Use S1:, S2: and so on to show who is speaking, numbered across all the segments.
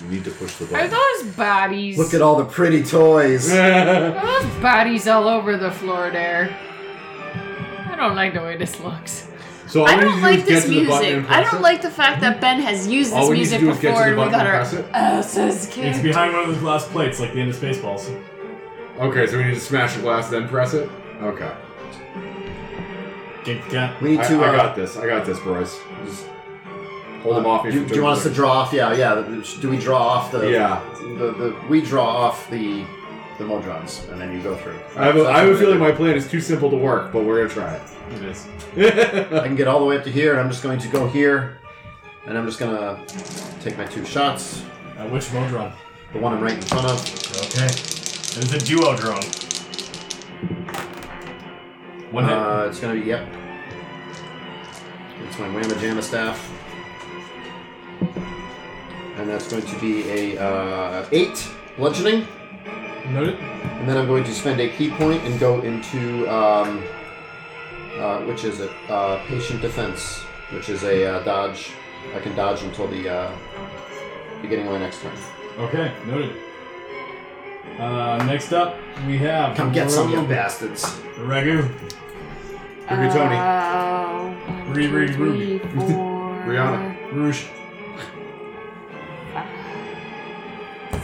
S1: You need to push the
S2: Are
S1: button.
S2: those bodies?
S3: Look at all the pretty toys.
S2: Are those bodies all over the floor there? I don't like the way this looks.
S4: So all we
S5: I
S4: need
S5: don't
S4: to
S5: like
S4: do is get
S5: this
S4: to the button
S5: music.
S4: and
S5: I
S4: press
S5: don't
S4: it.
S5: like the fact that Ben has used
S4: All
S5: this
S4: we need to
S5: music
S4: do is get to
S5: before
S4: the
S5: and we
S4: button
S5: got
S4: and
S5: our
S4: press it.
S5: asses
S6: It's
S5: kicked.
S6: behind one of those glass plates, like the end of Spaceballs.
S4: Okay, so we need to smash the glass, then press it. Okay,
S6: Get, get.
S3: We need
S4: I,
S3: to.
S4: I
S3: uh,
S4: got this. I got this, Bryce. Just hold them
S3: uh,
S4: off me.
S3: Do,
S4: for
S3: do you want us to
S4: 30
S3: draw off? Yeah, yeah. Do we draw off the?
S4: seconds. Yeah,
S3: The, the we draw off the the modrons, and then you go through.
S4: I have, a, I have a feeling my plan is too simple to work, but we're gonna try
S6: It is.
S4: it.
S3: I can get all the way up to here, and I'm just going to go here, and I'm just gonna take my two shots.
S6: At Uh, which Modron?
S3: The one I'm right in front of.
S6: Okay. It is a duo drone. One hit.
S3: Uh, it's gonna be yep. It's my Whamma Jamma staff, and that's going to be a uh, eight bludgeoning.
S6: Noted.
S3: And then I'm going to spend a key point and go into, um, uh, which is it? Uh, patient defense, which is a uh, dodge. I can dodge until the uh, beginning of my next turn.
S6: Okay, noted. Uh, next up, we have.
S3: Come get some, you
S6: Ragu-
S3: bastards.
S6: Ragu.
S4: Ruby Tony.
S2: Uh, one,
S6: Re-
S2: two,
S6: re-
S2: three,
S6: Ruby.
S2: four,
S4: Rihanna.
S6: Rouge.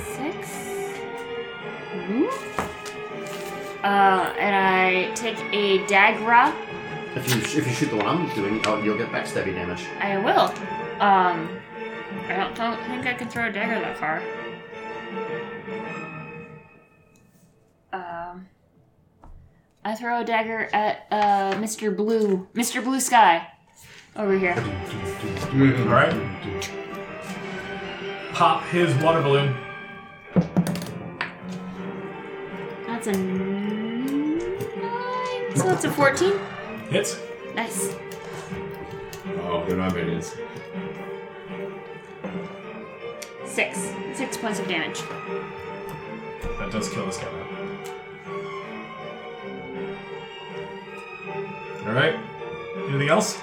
S5: Six. Uh,
S2: and
S5: I take a Dagra.
S3: If you if you shoot the one I'm doing, oh, you'll get backstabby damage.
S5: I will. Um, I don't th- think I can throw a dagger that far. Um, I throw a dagger at uh Mr. Blue, Mr. Blue Sky, over here. Uh,
S6: Alright. Pop his water balloon.
S5: That's a nine, so that's a fourteen.
S6: Hits.
S5: Nice.
S4: oh, they're not minions.
S5: Six. Six points of damage.
S6: That does kill this guy now. Alright. Anything else?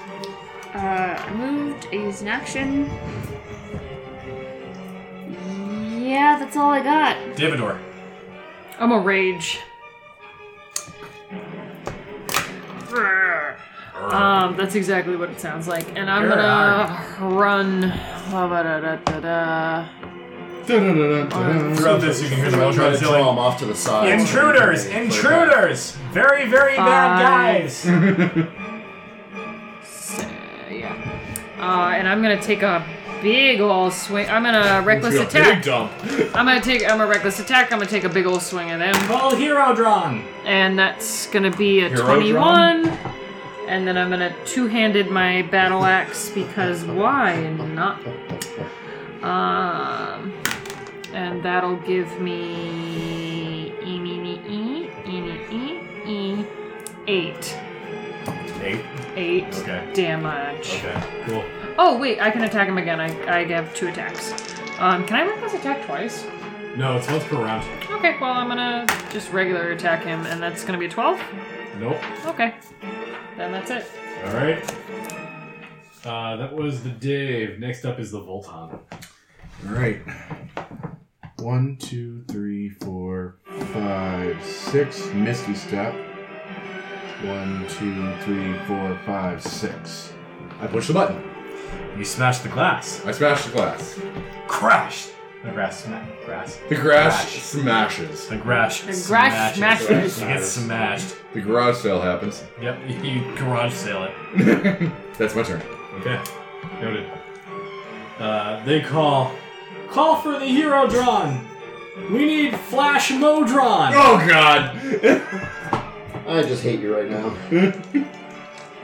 S5: Uh, I moved. I used an action. Yeah, that's all I got.
S6: Davidor.
S2: I'm a rage. Um, that's exactly what it sounds like, and I'm
S6: You're
S2: gonna run. Da, da, da, da, da.
S6: Throughout this, you can hear the
S3: I'm trying
S6: Modron
S3: to draw
S6: yelling.
S3: them off to the side.
S6: Intruders! Intruders! Very, very
S2: Bye.
S6: bad guys!
S2: So, yeah. Uh, and I'm gonna take a big ol' swing. I'm gonna reckless
S4: Let's go. Big
S2: attack.
S4: dump.
S2: I'm gonna take. I'm a reckless attack. I'm gonna take a big ol' swing at him,
S6: Ball Hero Drawn!
S2: and that's gonna be a
S4: Hero
S2: 21. And then I'm gonna two-handed my battle axe because why not? Um, and that'll give me e me me e e me e e eight
S6: Eight.
S2: eight
S6: Okay.
S2: damage.
S6: Okay, cool.
S2: Oh wait, I can attack him again. I, I have two attacks. Um, can I reckless attack twice?
S6: No, it's once per round.
S2: Okay, well I'm gonna just regular attack him, and that's gonna be a twelve.
S6: Nope.
S2: Okay, then that's it.
S6: Alright. Uh, that was the Dave. Next up is the Volton.
S4: All right. One, two, three, four, five, six. Misty step. One, two, three, four, five, six. I push the button.
S6: You smashed the glass.
S4: I smash the glass.
S6: Crash! The grass sma- grass.
S4: The grass
S6: Crash.
S4: smashes.
S6: The grass.
S2: The grass smashes.
S6: You get smashed.
S4: The garage sale happens.
S6: Yep, you garage sale it.
S4: That's my turn.
S6: Okay, noted. Uh, they call. Call for the Hero Drawn! We need Flash Modron!
S4: Oh God!
S3: I just hate you right now.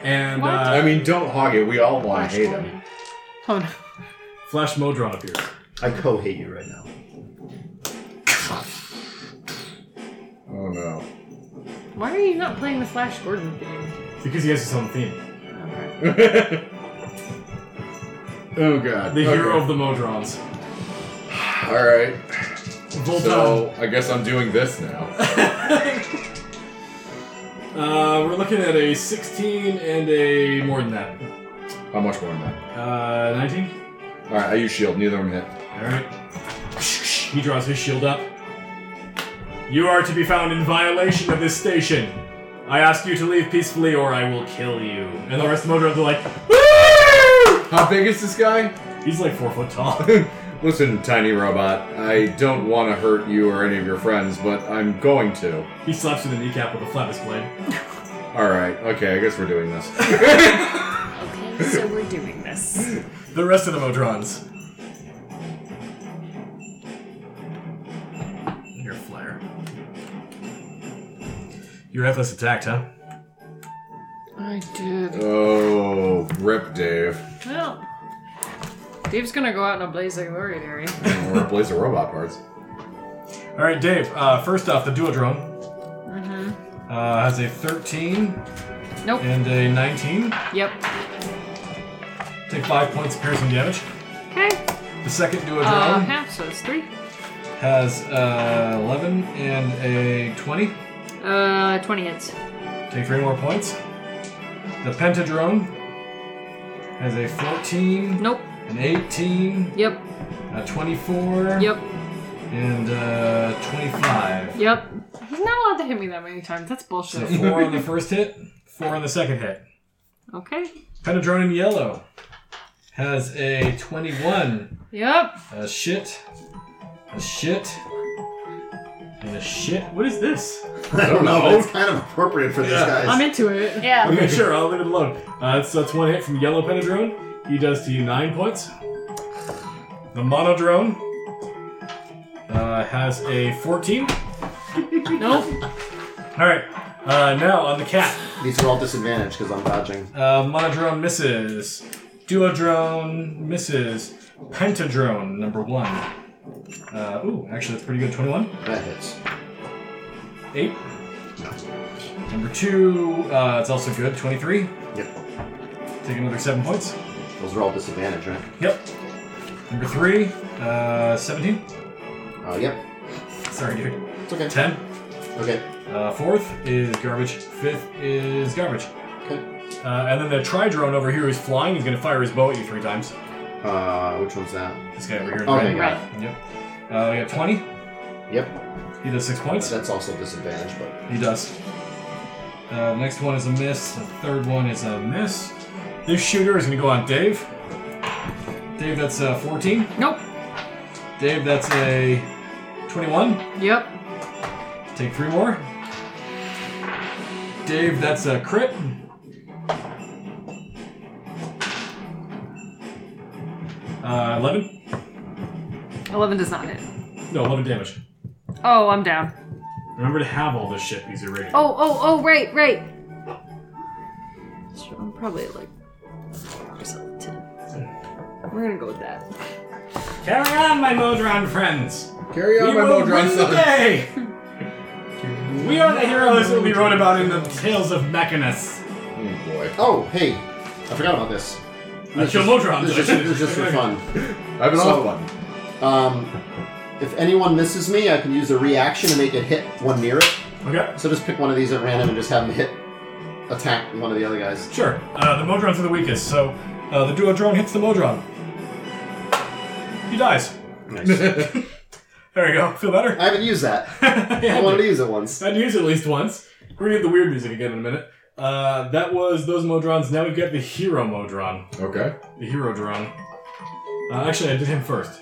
S6: And
S2: What?
S6: uh,
S4: I mean, don't hog it. We all want to hate him.
S2: Oh no.
S6: Flash Modron appears.
S3: I co hate you right now.
S4: Oh no.
S2: Why are you not playing the Flash Gordon theme?
S6: Because he has his own theme.
S2: Okay.
S4: oh God.
S6: The
S4: Okay.
S6: Hero of the Modrons.
S4: All right.
S6: Volton.
S4: So I guess I'm doing this now.
S6: Uh, we're looking at a 16 and a more than that.
S4: How much more than that?
S6: Uh, 19?
S4: All right. I use shield. E Neither of them hit.
S6: Alright. He draws his shield up. You are to be found in violation of this station. I ask you to leave peacefully or I will kill you. And the rest of the Modrons are like, "Woo!"
S4: How big is this guy?
S6: He's like four foot tall.
S4: Listen, tiny robot, I don't want to hurt you or any of your friends, but I'm going to.
S6: He slaps you in the kneecap with a flatus blade.
S4: Alright, okay, I guess we're doing this.
S5: Okay, so we're doing this.
S6: The rest of the Modrons. You're a flyer. You're Atlas attacked, huh?
S2: I did.
S4: oh, rip, Dave.
S2: Well, Dave's gonna go out in a blaze of glory, Derry.
S4: We're a blaze of robot parts.
S6: All right, Dave. Uh, first off, the duodrone uh, has a 13
S2: Nope.
S6: and a 19.
S2: Yep.
S6: Take five points of piercing damage.
S2: Okay.
S6: The second
S2: Uh,
S6: duodrone
S2: half, so it's three.
S6: has uh, 11 and a 20.
S2: Uh, 20 hits.
S6: Take three more points. The pentadrone has a 14,
S2: Nope.
S6: an 18,
S2: Yep.
S6: a 24,
S2: Yep.
S6: and uh, 25.
S2: Yep. He's not allowed to hit me that many times. That's
S6: So
S2: bullshit.
S6: four on the first hit, four on the second hit.
S2: Okay.
S6: Pentadrone in yellow has a 21,
S2: Yep.
S6: a shit, a shit, and a shit. What is this?
S3: I don't know, but it's kind of appropriate for this
S6: Yeah.
S3: guy's.
S2: I'm into it.
S5: Yeah.
S6: Okay, sure, I'll leave it alone. Uh, so that's one hit from Yellow Pentadrone. He does to you nine points. The Monodrone uh, has a 14.
S2: Nope.
S6: Alright, uh, now on the cat.
S3: These are all disadvantaged because I'm dodging.
S6: Uh, monodrone misses. Duodrone misses. Pentadrone, number one. Uh, ooh, actually, that's pretty good. 21.
S3: That hits.
S6: Eight. Number two, uh, it's also good. 23.
S3: Yep.
S6: Take another seven points.
S3: Those are all disadvantaged, right?
S6: Yep. Number three, uh, 17.
S3: Uh, yep.
S6: Sorry, dude.
S3: It's okay.
S6: 10.
S3: Okay.
S6: Uh, fourth is garbage. Fifth is garbage.
S3: Okay.
S6: Uh, and then the tri drone over here is flying. He's going to fire his bow at you three times.
S3: Uh, which one's that?
S6: This guy over here. in
S3: Okay,
S6: red.
S3: got
S6: Yep. Uh, we got 20.
S3: Yep.
S6: He does six points.
S3: That's also disadvantaged, but
S6: He does. Uh, next one is a miss. The third one is a miss. This shooter is going to go on Dave. Dave, that's uh, 14.
S2: Nope.
S6: Dave, that's a 21.
S2: Yep.
S6: Take three more. Dave, that's a crit. Uh, 11?
S2: 11 does not hit.
S6: No, 11 damage.
S2: Oh, I'm down.
S6: Remember to have all this shit because you're ready.
S5: Oh, oh, oh, right, right.
S2: So I'm probably at, like just at 10. We're gonna go with that.
S6: Carry on, my Modron friends!
S4: Carry on,
S6: we
S4: my
S6: will
S4: Modron
S6: win the
S4: son.
S6: day! we are the heroes that we wrote about in the Tales of Mechanus.
S4: Oh boy.
S3: Oh, hey, I forgot about this.
S6: That's your Modron.
S3: This is just, this is just for fun.
S4: I have an
S3: So-
S4: off button.
S3: Um, if anyone misses me, I can use a reaction to make it hit one near it.
S6: Okay,
S3: So just pick one of these at random and just have them hit, attack one of the other guys.
S6: sure. Uh, the Modrons are the weakest, so uh, the Duodrone hits the Modron. He dies.
S3: Nice.
S6: There you go. Feel better?
S3: I haven't used that. I wanted
S6: I'd
S3: to use it once.
S6: use it at least once. We're gonna get the weird music again in a minute. Uh, that was those Modrons. Now we've got the Hero Modron.
S4: Okay.
S6: The Hero Drone. Uh, actually, I did him first.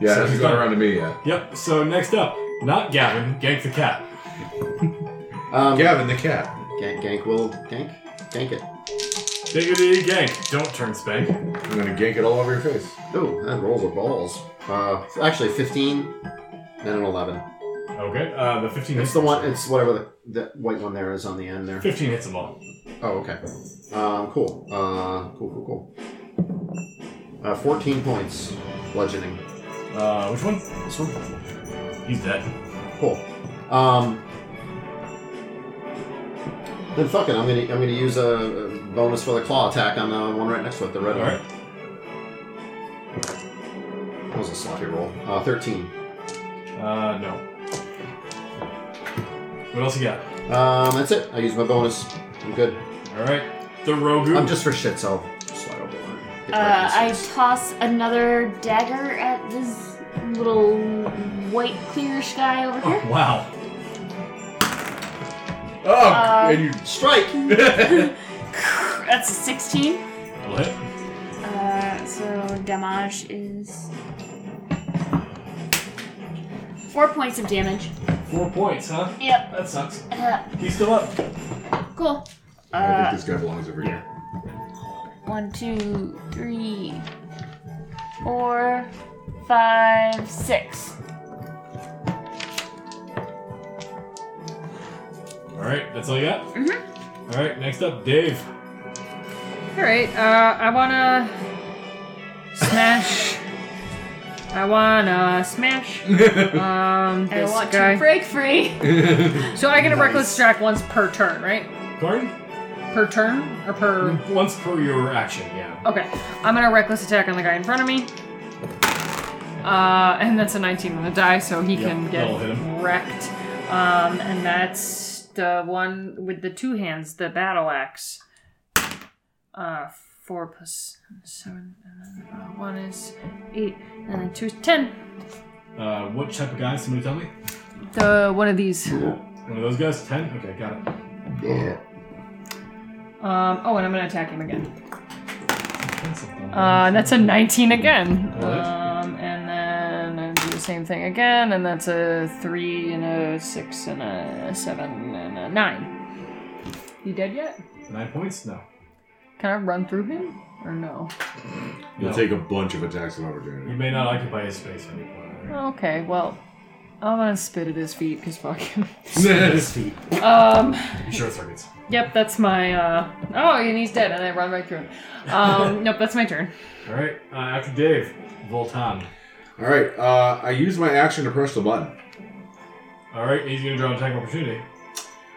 S4: Yeah,
S6: So
S4: it hasn't
S6: he's
S4: gone
S6: done.
S4: around to me yet.
S6: Yep, so next up, not Gavin, Gank the Cat.
S3: Um,
S4: Gavin the cat.
S3: Gank, gank will gank, gank it.
S6: Diggity Gank, don't turn spank.
S4: I'm gonna gank it all over your face.
S3: Oh, that rolls are balls. Uh, actually, fifteen, then an eleven.
S6: Okay, uh, the 15
S3: It's
S6: hits.
S3: the one. It's whatever the, the white one there is on the end there.
S6: 15 hits them all.
S3: Oh, okay. Um, cool. Uh, cool, cool, cool. Uh, 14 points bludgeoning.
S6: Uh, which one?
S3: This one?
S6: He's dead.
S3: Cool. Um, then fuck it. I'm gonna I'm gonna use a, a bonus for the claw attack on the one right next to it, the red
S6: Alright.
S3: one. That was a sloppy roll. Uh, 13.
S6: Uh, no. What else you got?
S3: Um, that's it. I used my bonus. I'm good.
S6: Alright. The Rogu.
S3: I'm just for shits. I'll slide over. and get the
S5: Uh, I
S3: right pieces.
S5: toss another dagger at this little white, clearish guy over here.
S6: Wow.
S4: Oh,
S5: Uh,
S4: and you.
S3: Strike!
S4: Oh.
S5: That's a 16.
S6: What?
S5: Uh, so damage is four points of damage.
S6: Four points, huh?
S5: Yep.
S6: That sucks.
S5: Uh,
S6: He's still up.
S5: cool.
S4: I
S5: Uh,
S4: think this guy belongs over here.
S5: one, two, three, four, five, six.
S6: All right, that's all you got. Mm-hmm. All right, next up, Dave.
S2: All right. Uh, I wanna smash. I wanna smash. Um,
S5: And
S2: this
S5: I want
S2: guy.
S5: to break free.
S2: so I get a reckless strike once per turn, right?
S6: Corn.
S2: Per turn or per?
S6: Once per your action, yeah.
S2: Okay, I'm gonna reckless attack on the guy in front of me. Uh, and that's a 19 on the die, so he
S6: Yep,
S2: can
S6: that'll hit
S2: get
S6: him.
S2: wrecked. Um, and that's the one with the two hands, the battle axe. Uh, four plus seven, and then uh, one is eight, and then two is ten.
S6: Uh, what type of guy? Somebody tell me.
S2: The one of these.
S6: One of those guys? Ten? Okay, got it.
S3: Yeah.
S2: Um, oh, and I'm gonna attack him again.
S6: That's a-
S2: Uh, that's a 19 again.
S6: Alright.
S2: Um, and then I do the same thing again, and that's a 3 and a 6 and a 7 and a 9. You dead yet?
S6: Nine points? No.
S2: Can I run through him? Or no?
S4: You'll
S6: No.
S4: take a bunch of attacks of
S6: You
S4: opportunity.
S6: may not occupy his space anymore.
S2: Okay, well, I'm gonna spit at his feet because fuck him.
S6: His feet.
S2: Um,
S6: Short circuits.
S2: yep, that's my, uh, oh, and he's dead, and I run right through him. Um, nope, that's my turn.
S6: All right. Uh, after Dave, Voltan.
S4: All right, uh, I use my action to press the button.
S6: All right, he's gonna draw an attack of opportunity.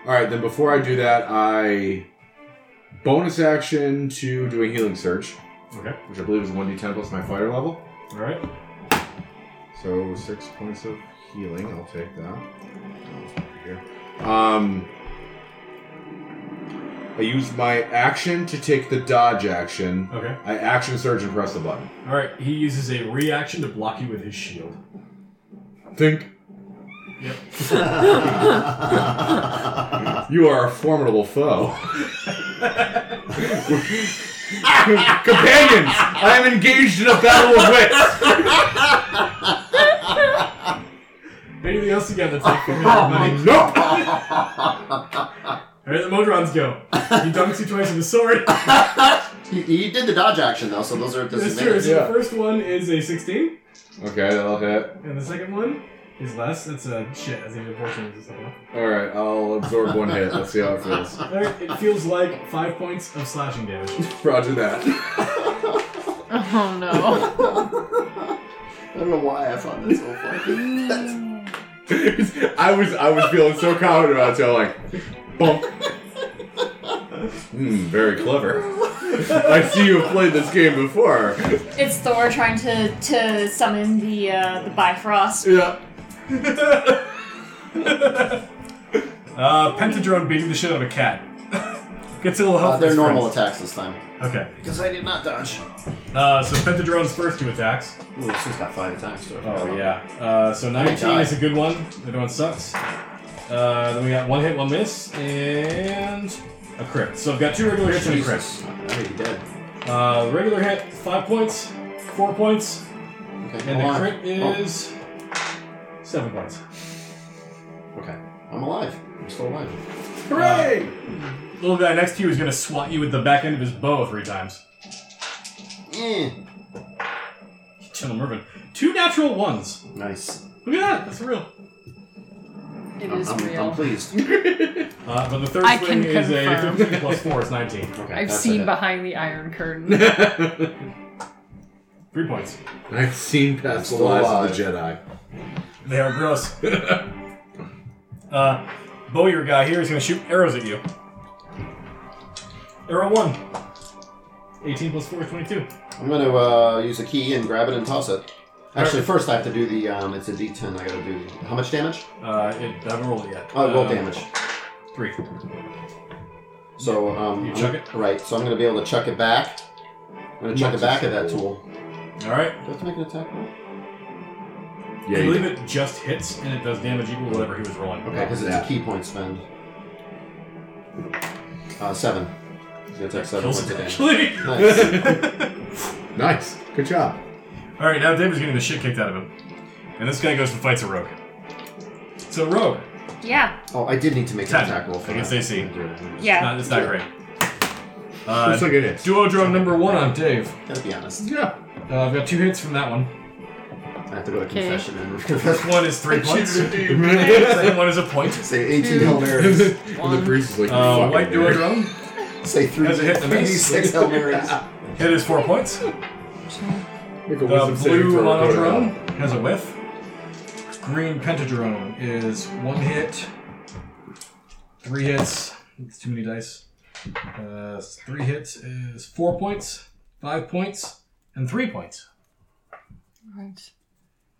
S4: All right, then before I do that, I bonus action to do a healing surge,
S6: Okay.
S4: which I believe is one d10 plus my fighter level.
S6: All right.
S4: So six points of healing. I'll take that. Um, I use my action to take the dodge action.
S6: Okay.
S4: I action surge and press the button.
S6: All right. He uses a reaction to block you with his shield.
S4: Think
S6: Yep.
S4: you are a formidable foe. Companions, I am engaged in a battle of wits.
S6: Anything else you got that's like from
S3: Oh
S6: everybody?
S4: Nope.
S6: All right, the Modrons go. He dunks you twice with his sword.
S3: He, he did the dodge action though, so those are
S6: That's true.
S3: disadvantages.
S6: So
S4: Yeah.
S6: the first one is a 16,
S4: Okay, that'll hit.
S6: and the second one is less. That's a shit. That's even unfortunate. It's a second one.
S4: All right, I'll absorb one hit. Let's see how it feels.
S6: All right, it feels like five points of slashing damage.
S4: Roger that.
S2: Oh no.
S3: I don't know why I found that so funny. That's-
S4: I was I was feeling so confident about it, so like, bunk. Hmm, very clever. I see you have played this game before.
S5: It's Thor trying to to summon the uh, the Bifrost.
S4: Yeah.
S6: Uh, Pentadrone beating the shit out of a cat. Gets a little help.
S3: Uh,
S6: from
S3: they're
S6: his
S3: normal
S6: friends.
S3: attacks this time.
S6: Okay.
S3: Because I did not dodge.
S6: Uh, so Pentadrone's first two attacks.
S3: Ooh, she's got five attacks. So
S6: Uh, so 19
S3: Oh, die.
S6: is a good one. The other one sucks. Uh, then we got one hit, one miss, and a crit. So I've got two regular hits and a crit.
S3: Oh, Jesus. I think he did.
S6: Uh, regular hit, five points, four points,
S3: Okay,
S6: and
S3: hold
S6: the
S3: on.
S6: crit
S3: Oh,
S6: is seven points.
S3: okay, I'm alive. I'm still alive.
S4: Hooray!
S6: Little guy next to you is gonna swat you with the back end of his bow three times.
S3: Eh.
S6: General Mervin, two natural ones.
S3: Nice.
S6: Look at that. That's real.
S2: It
S3: I'm,
S2: is
S3: Uh, I'm- I'm
S2: real.
S3: pleased.
S6: Uh, but the third
S2: I
S6: swing
S2: can
S6: is a
S2: confirm.
S6: 15 plus 4 is 19.
S3: Okay,
S2: I've
S3: that's a
S2: seen
S3: hit.
S2: behind the iron curtain.
S6: Three points.
S4: I've seen past the
S3: Still
S4: lies of the Jedi.
S6: They are gross. uh, Bowyer guy here is going to shoot arrows at you. Arrow 1. 18 plus 4 is 22.
S3: I'm gonna uh, use a key and grab it and toss it. Actually, first I have to do the. Um, it's a D10. I gotta do how much damage?
S6: Uh, it, I haven't rolled it yet.
S3: Oh, roll
S6: Uh,
S3: damage.
S6: 3.
S3: So um,
S6: You
S3: I'm-
S6: chuck it?
S3: Right. So I'm gonna be able to chuck it back. I'm gonna chuck it back at that tool.
S6: Alright.
S3: Do I have to make an attack? roll?
S4: Yeah,
S6: I
S4: you
S6: believe it just hits and it does damage equal to whatever he was rolling.
S3: Okay, because it's a key point spend. Uh, seven. He's gonna take seven
S6: Kills
S3: points of
S6: it
S3: damage.
S6: actually.
S3: Nice.
S4: Nice. Good job.
S6: All right, now David's getting the shit kicked out of him, and this guy goes and fights a rogue. So rogue,
S5: Yeah.
S3: Oh, I did need to make an
S6: Ten.
S3: attack roll for
S6: against
S3: that.
S6: AC.
S5: Yeah.
S6: Not, it's not great. Uh,
S4: Looks like it is.
S6: duo drone number one on Dave.
S3: Gotta be honest.
S4: Yeah.
S6: Uh, I've got two hits from that one.
S3: I have to go to
S2: Okay.
S3: confession and
S6: First one is three points. Second one is a point.
S3: say eighteen Hail Marys.
S4: And the priest is like,
S6: Uh,
S4: fucking
S6: white duo
S4: nerd.
S6: drone.
S3: say three,
S6: Has it hit the
S3: three
S6: miss?
S3: six Hail Marys.
S6: Hit is four points.
S4: Make a
S6: The
S4: wisdom saving
S6: uh, blue
S4: throw,
S6: mono
S4: Dakota.
S6: drone has a whiff. Green pentadrone is one hit, three hits. It's too many dice. Uh, three hits is four points, five points, and three points.
S2: Right.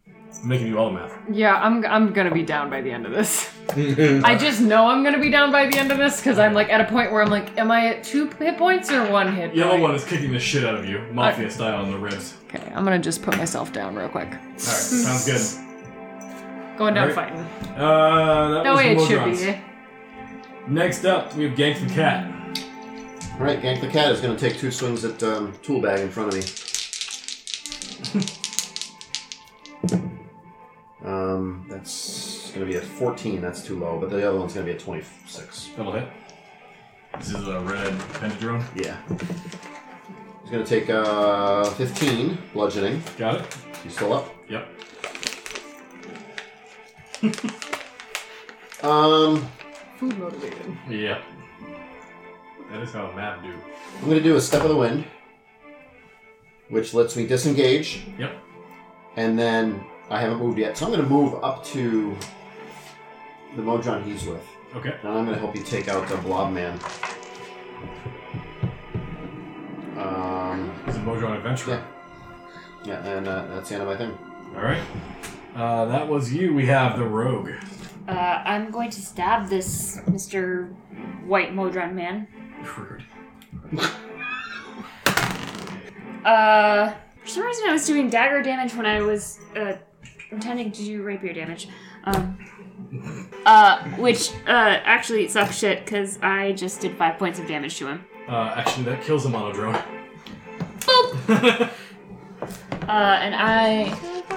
S6: I'm making you all the math.
S2: Yeah, I'm I'm gonna be down by the end of this. I just know I'm gonna be down by the end of this because I'm like at a point where I'm like, am I at two hit points or one hit?
S6: Yellow
S2: point?
S6: one is kicking the shit out of you, mafia style on the ribs.
S2: Okay, I'm gonna just put myself down real quick.
S6: All right, sounds good.
S2: Going down
S6: Right.
S2: fighting.
S6: Uh, that
S2: That
S6: was
S2: way
S6: the
S2: it
S6: low
S2: should
S6: drones.
S2: be.
S6: Next up, we have Gank the Cat.
S3: All right, Gank the Cat is going to take two swings at um, Tool Bag in front of me. um, that's going to be a 14. That's too low, but the other one's going to be a 26.
S6: Double hit. This is a red pentadrone.
S3: Yeah. He's going to take uh, 15 bludgeoning.
S6: Got it.
S3: He's still up.
S6: Yep.
S3: Um,
S2: Food motivated.
S6: Yeah. That is how a map do.
S3: I'm going to do a Step of the Wind, which lets me disengage.
S6: Yep.
S3: And then I haven't moved yet, so I'm going to move up to the Mojon he's with.
S6: Okay.
S3: Now I'm gonna help you take out the blob man. Um,
S6: It's a Mojo Adventure.
S3: yeah, yeah, and uh, that's the end of my thing.
S6: All right. Uh, that was you. We have the rogue.
S5: Uh, I'm going to stab this Mr. White Modron man.
S6: Rude.
S5: Uh, for some reason I was doing dagger damage when I was uh, intending to do rapier damage. Um, uh, which uh, actually sucks shit because I just did five points of damage to him.
S6: Uh, actually, that kills a mono drone.
S5: Uh, and I.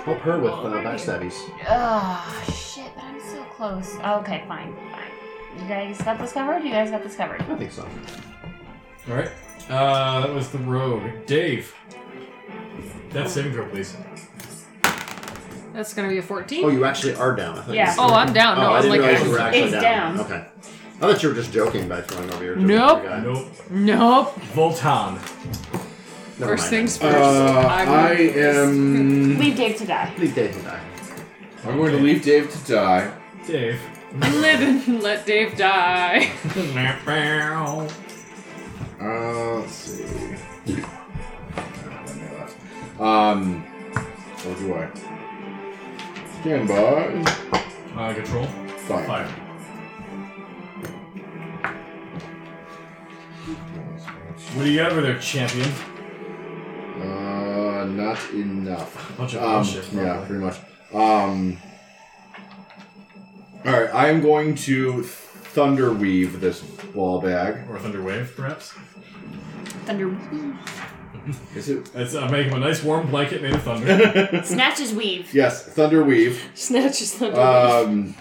S3: Help her with uh, backstabbies.
S5: Oh shit! But I'm so close. Okay, fine. fine. You guys got this covered. You guys got this covered.
S3: I think so.
S6: All right. Uh, that was the rogue. Dave. Death saving throw, please.
S2: That's gonna be a 14.
S3: Oh, you actually are down. I thought you
S5: Yeah.
S3: were-
S2: Oh, I'm down. No,
S3: I
S2: I'm
S3: didn't
S2: like,
S3: realize you were
S2: actually-
S3: actually
S5: It's
S3: down.
S5: down.
S3: Okay. I thought you were just joking by throwing over your.
S2: Nope.
S3: Guy.
S6: Nope.
S2: nope.
S6: Voltan.
S3: Never
S2: First
S3: mind.
S2: things first.
S4: Uh,
S2: I will-
S4: I am.
S5: Leave Dave to die.
S3: Leave Dave and die.
S4: I'm going to leave Dave to die.
S6: Dave.
S2: Live and let Dave die.
S4: Uh, let's see. Um, what do I? Stand by.
S6: Uh, control.
S4: Five.
S6: Fire. What do you got over there, champion?
S4: Uh, not enough.
S6: Bunch of
S4: Um,
S6: bullshit.
S4: yeah,
S6: probably.
S4: pretty much. Um. All right, I am going to thunder weave this ball bag.
S6: Or Thunder Wave, perhaps?
S5: Thunder
S4: Is it?
S6: That's, I'm making uh, a nice warm blanket made of thunder.
S5: snatches weave.
S4: Yes, thunder weave.
S2: Snatches the
S4: Um,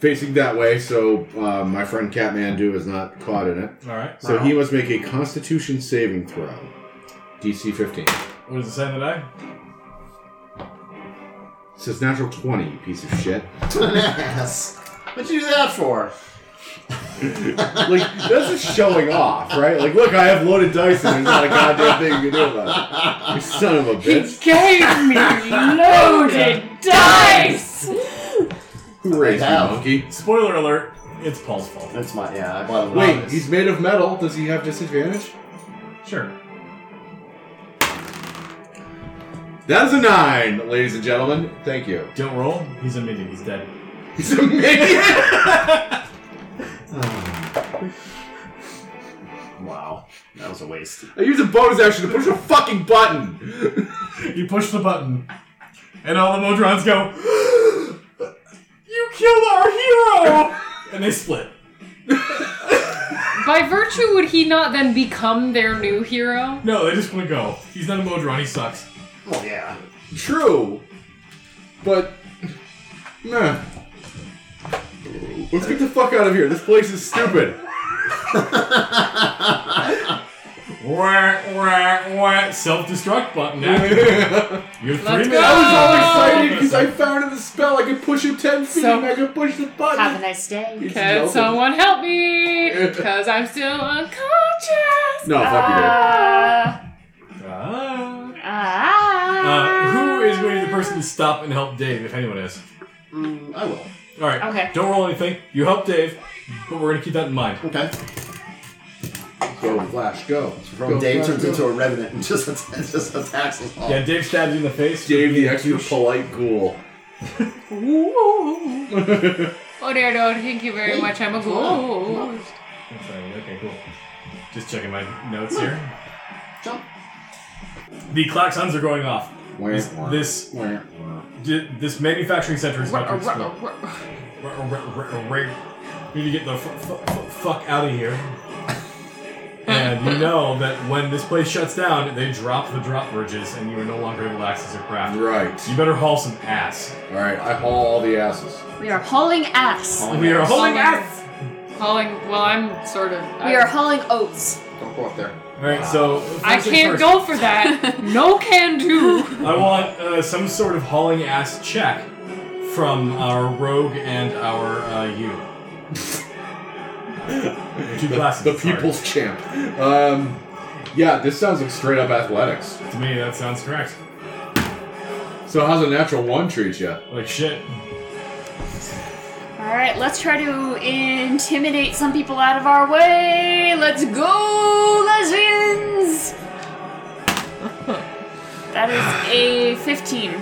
S4: facing that way, so uh, my friend Catmandu is not caught in it.
S6: Alright.
S4: So he must make a Constitution saving throw, DC 15. It
S6: What does it say on the die?
S4: says natural 20, you piece of shit.
S3: Yes. What'd you do that for?
S4: Like that's just showing off, right? Like, look, I have loaded dice, and there's not a goddamn thing you can do about it. You son of a
S2: He
S4: bitch.
S2: gave me loaded dice!
S4: Who raised you,
S3: have.
S4: monkey?
S6: Spoiler alert, it's Paul's fault.
S3: That's my yeah. I bought a lot of
S4: Wait,
S3: this.
S4: he's made of metal. Does he have disadvantage?
S6: Sure.
S4: That is a nine, ladies and gentlemen. Thank you.
S6: Don't roll, he's a minion, he's dead.
S4: He's amazing.
S3: Um, wow. That was a waste.
S4: I use a bonus action to push a fucking button.
S6: You push the button, and all the Modrons go, You killed our hero! And they split.
S2: By virtue, would he not then become their new hero?
S6: No, they just want to go. He's not a Modron, he sucks.
S3: Well, yeah.
S4: True. But meh. Let's get the fuck out of here. This place is stupid.
S6: Wah, wah, wah. Self-destruct button activated. You
S2: Let's
S6: have three minutes.
S2: go!
S4: I was all excited because I found in the spell I could push him ten feet
S2: So-
S4: and I could push the
S5: Have a
S4: button.
S5: nice day.
S4: It's
S2: Can
S4: melted.
S2: someone help me? Because I'm still unconscious.
S4: No, fuck you, dude.
S5: Uh,
S6: Ah. Uh,
S5: ah.
S6: who is going to be the person to stop and help Dave, if anyone is?
S3: Mm, I will.
S6: All right.
S5: Okay.
S6: Don't roll anything. You help Dave, but we're gonna keep that in mind.
S3: Okay.
S4: Go, Flash, go.
S3: From
S4: Go,
S3: Dave
S4: Flash,
S3: turns
S4: go.
S3: into a revenant and just, just attacks us all.
S6: Yeah, Dave stabs you in the face.
S4: Dave the extra polite ghoul.
S2: Oh dear, no, thank you very much. I'm a ghoul.
S6: I'm sorry, Okay, cool. Just checking my notes here.
S3: Jump.
S6: The klaxons are going off. This this,
S4: Wah, wah.
S6: d- this manufacturing center is about to explode.
S2: Wha-
S6: Ra- ra- ra- ra- Need to get the fu- fu- fu- fuck out of here. And you know that when this place shuts down, they drop the drop bridges, and you are no longer able to access your craft.
S4: Right.
S6: You better haul some ass.
S4: All right. I haul all the asses.
S5: We are hauling ass.
S4: Hauling
S6: Oh, We are
S4: ass.
S6: hauling
S2: Hauling
S6: ass.
S2: Calling, well, I'm sort of.
S5: We are hauling oats.
S3: Don't go up there.
S6: All right, so
S2: I
S6: first thing
S2: can't
S6: first.
S2: go for that. No can do.
S6: I want uh, some sort of hauling ass check from our rogue and our uh, you. Your two classes.
S4: The
S6: sorry.
S4: people's champ. Um, yeah, this sounds like straight up athletics.
S6: To me, that sounds correct.
S4: So how's a natural one treat you?
S6: Like shit.
S5: All right, let's try to intimidate some people out of our way. Let's go, lesbians. That is a 15.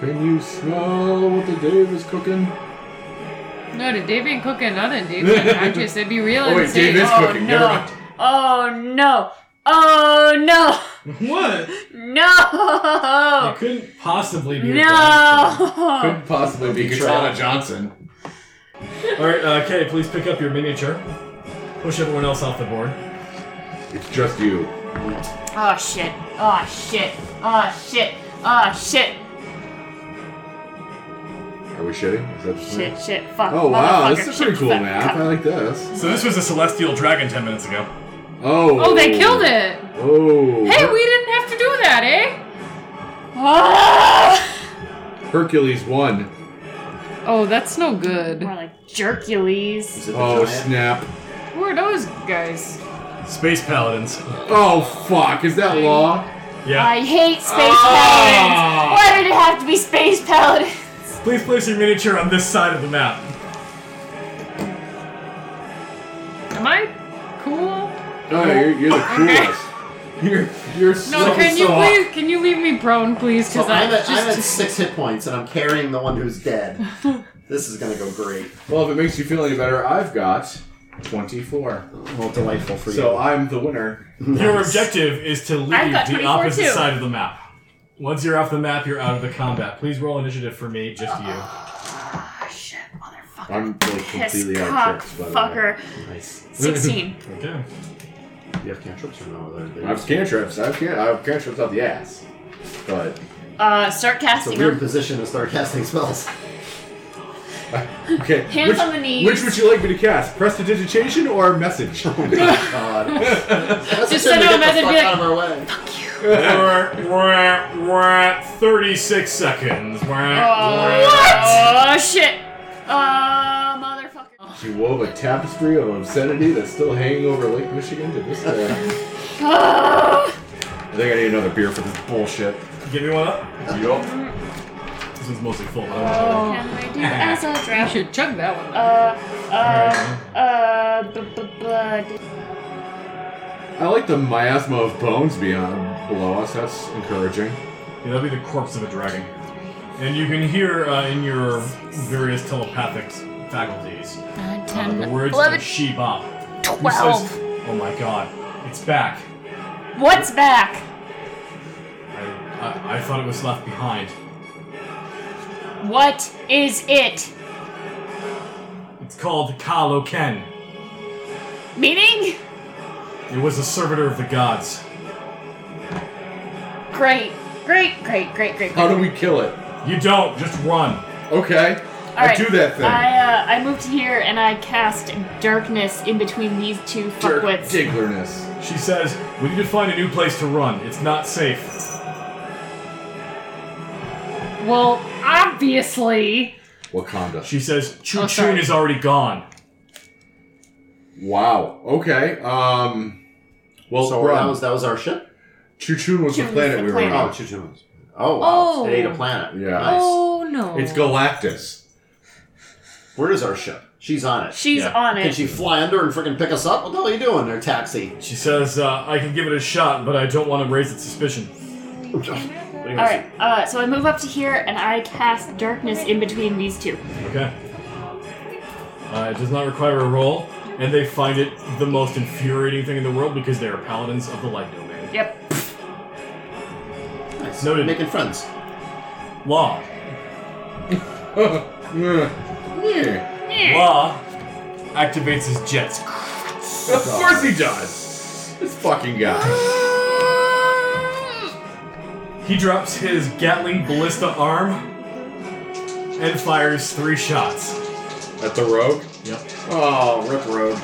S4: Can you smell what the Dave is cooking?
S2: No, the Dave ain't cooking nothing, Dave. I just said be real and
S4: Oh, wait,
S2: say,
S4: Dave is
S2: oh,
S4: cooking. Never
S5: no.
S4: mind.
S5: Oh no. Oh no.
S6: What?
S5: No.
S6: It couldn't possibly be. a bad
S5: No.
S4: Couldn't possibly be Katana Johnson.
S6: thing. All right, uh, okay. Please pick up your miniature. Push everyone else off the board.
S4: It's just you.
S5: Oh shit. Oh shit. Oh shit. Oh shit.
S4: Are we shitting? Is that the
S5: Shit,
S4: point?
S5: shit, fuck.
S4: Oh wow, this is
S5: motherfucker,
S4: a pretty
S5: shit,
S4: cool
S5: fuck,
S4: map. I
S5: cuck.
S4: like this.
S6: So this was a celestial dragon ten minutes ago.
S4: Oh.
S2: Oh, they killed it.
S4: Oh.
S2: Hey, we didn't have to do that, eh?
S5: Ah!
S4: Hercules won.
S2: Oh, that's no good.
S5: More like Jercules.
S3: Is it the
S4: Oh
S3: giant?
S4: snap.
S2: Who are those guys?
S6: Space paladins.
S4: Oh fuck, is that law?
S6: Yeah.
S5: I hate space
S6: Ah.
S5: paladins. Why did it have to be space paladins?
S6: Please place your miniature on this side of the map.
S2: Am I cool?
S4: Oh, you're, you're the
S2: Okay.
S4: coolest. You're you're so,
S2: No, can you
S4: so hot.
S2: please can you leave me prone, please?
S3: So
S2: Because I
S3: I'm at, I'm at
S2: just
S3: six hit points, and I'm carrying the one who's dead. this is gonna go great.
S4: Well, if it makes you feel any better, I've got 24.
S3: Well, delightful for you.
S4: So I'm the winner.
S6: Your objective is to leave
S5: got
S6: the
S5: 24
S6: opposite
S5: too.
S6: side of the map. Once you're off the map, you're out of the combat. Please roll initiative for me, just you.
S5: Ah, shit, motherfucker.
S4: I'm like
S5: Piss
S4: completely out
S5: cock
S4: of tricks, by the way.
S5: fucker.
S3: nice.
S5: 16.
S6: Okay.
S3: You have cantrips or no? They're-
S4: I
S3: they're-
S4: have cantrips. I have, can- I have cantrips out the ass. But
S5: Uh, start
S3: It's a
S5: casting
S3: weird
S5: them.
S3: position to start casting spells.
S4: okay,
S5: Hands
S4: which,
S5: on the knees.
S4: Which would you like me to cast? Prestidigitation or message?
S3: God. That's
S5: Just
S3: a
S5: send
S3: time to
S5: out
S3: get
S5: a
S3: the
S5: message,
S3: fuck
S5: be like-
S3: out of our way.
S6: There were- were- were 36 seconds. Were- were-
S5: Oh, shit. Uh, motherfucker.
S4: she wove a tapestry of obscenity that's still hanging over Lake Michigan to this day.
S5: Ah.
S4: I think I need another beer for this bullshit.
S6: Give me one up.
S4: Yup.
S6: This one's mostly full. But I want
S5: What can I do as a
S2: I
S5: draft?
S2: should chug that one.
S5: Uh, uh, uh, bu- bu- bu-
S4: I like the miasma of bones beyond below us. That's encouraging.
S6: to- yeah, that'll be the corpse of a dragon. And you can hear uh, in your various telepathic faculties
S2: Uh,
S6: uh, the words of Sheba. who says,
S5: 12.
S6: oh my god, it's back.
S5: What's back?
S6: I, I thought it was left behind.
S5: What is it?
S6: It's called Kalo Ken.
S5: Meaning?
S6: It was a servitor of the gods.
S5: Great, great, great, great, great.
S4: How do we kill it?
S6: You don't, just run.
S4: Okay. I
S5: right.
S4: do that thing.
S5: I uh, I moved here and I cast darkness in between these two
S4: Dirk
S5: fuckwits.
S4: Diglerness.
S6: She says, We need to find a new place to run. It's not safe.
S2: Well, obviously.
S4: Wakanda.
S6: She says, Choo
S2: Oh,
S6: Choon
S2: sorry.
S6: is already gone.
S4: Wow. Okay. Um. Well,
S3: so that was, that was our ship?
S4: Chuchun was the
S5: Chuchun was
S4: planet
S5: the
S4: we were
S5: planet.
S4: on.
S3: Oh, two humans. Oh, wow.
S2: Oh.
S3: It ate a planet.
S4: Yeah.
S3: Nice.
S2: Oh no.
S4: It's Galactus.
S3: Where is our ship? She's on it.
S5: She's
S6: Yeah.
S5: on
S3: Can
S5: it.
S3: she fly under and freaking pick us up? What the hell are you doing there, taxi?
S6: She says, uh, I can give it a shot, but I don't want to raise its suspicion.
S5: All right. Uh, so I move up to here and I cast darkness in between these two.
S6: Okay. Uh, it does not require a roll, and they find it the most infuriating thing in the world because they are paladins of the light domain.
S5: Yep.
S3: Nice.
S6: Noted.
S3: Making friends.
S6: Law.
S4: yeah.
S6: Law activates his jets.
S4: Of course he does. This fucking guy.
S6: He drops his Gatling ballista arm and fires three shots.
S4: At the rogue.
S6: Yep.
S4: Oh, rip rogue.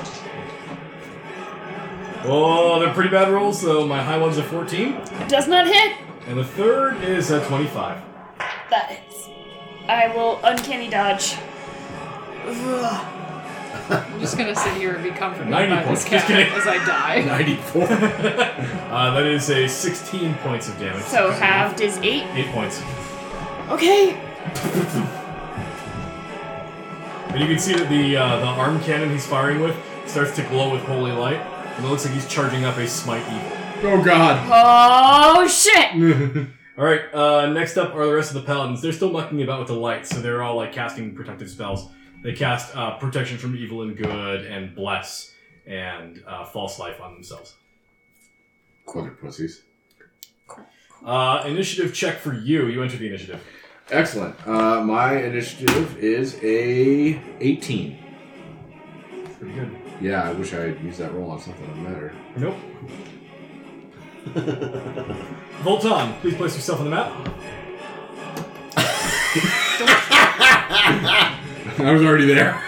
S6: Oh, they're pretty bad rolls, though. My high one's a 14,
S5: Does not hit.
S6: and the third is a 25.
S5: That hits. I will uncanny dodge.
S2: I'm just gonna sit here and be comforted
S6: 90
S2: by this
S6: points.
S2: cat
S6: Just kidding.
S2: as I die.
S6: 94. uh, that is a 16 points of damage.
S5: So halved is eight.
S6: 8 points.
S5: Okay.
S6: And you can see that the uh, the arm cannon he's firing with starts to glow with holy light, and it looks like he's charging up a smite evil.
S4: Oh God.
S5: Oh shit.
S6: All right, uh, next up are the rest of the paladins. They're still mucking about with the light, so they're all like casting protective spells. They cast uh, protection from evil and good, and bless, and uh, false life on themselves.
S4: Quarter pussies.
S6: Uh, initiative check for you. You enter the initiative.
S4: Excellent. Uh, my initiative is a 18.
S6: Pretty good.
S4: Yeah, I wish I had used that roll on something that mattered.
S6: Nope. Voltan, please place yourself on the map.
S4: I was already there.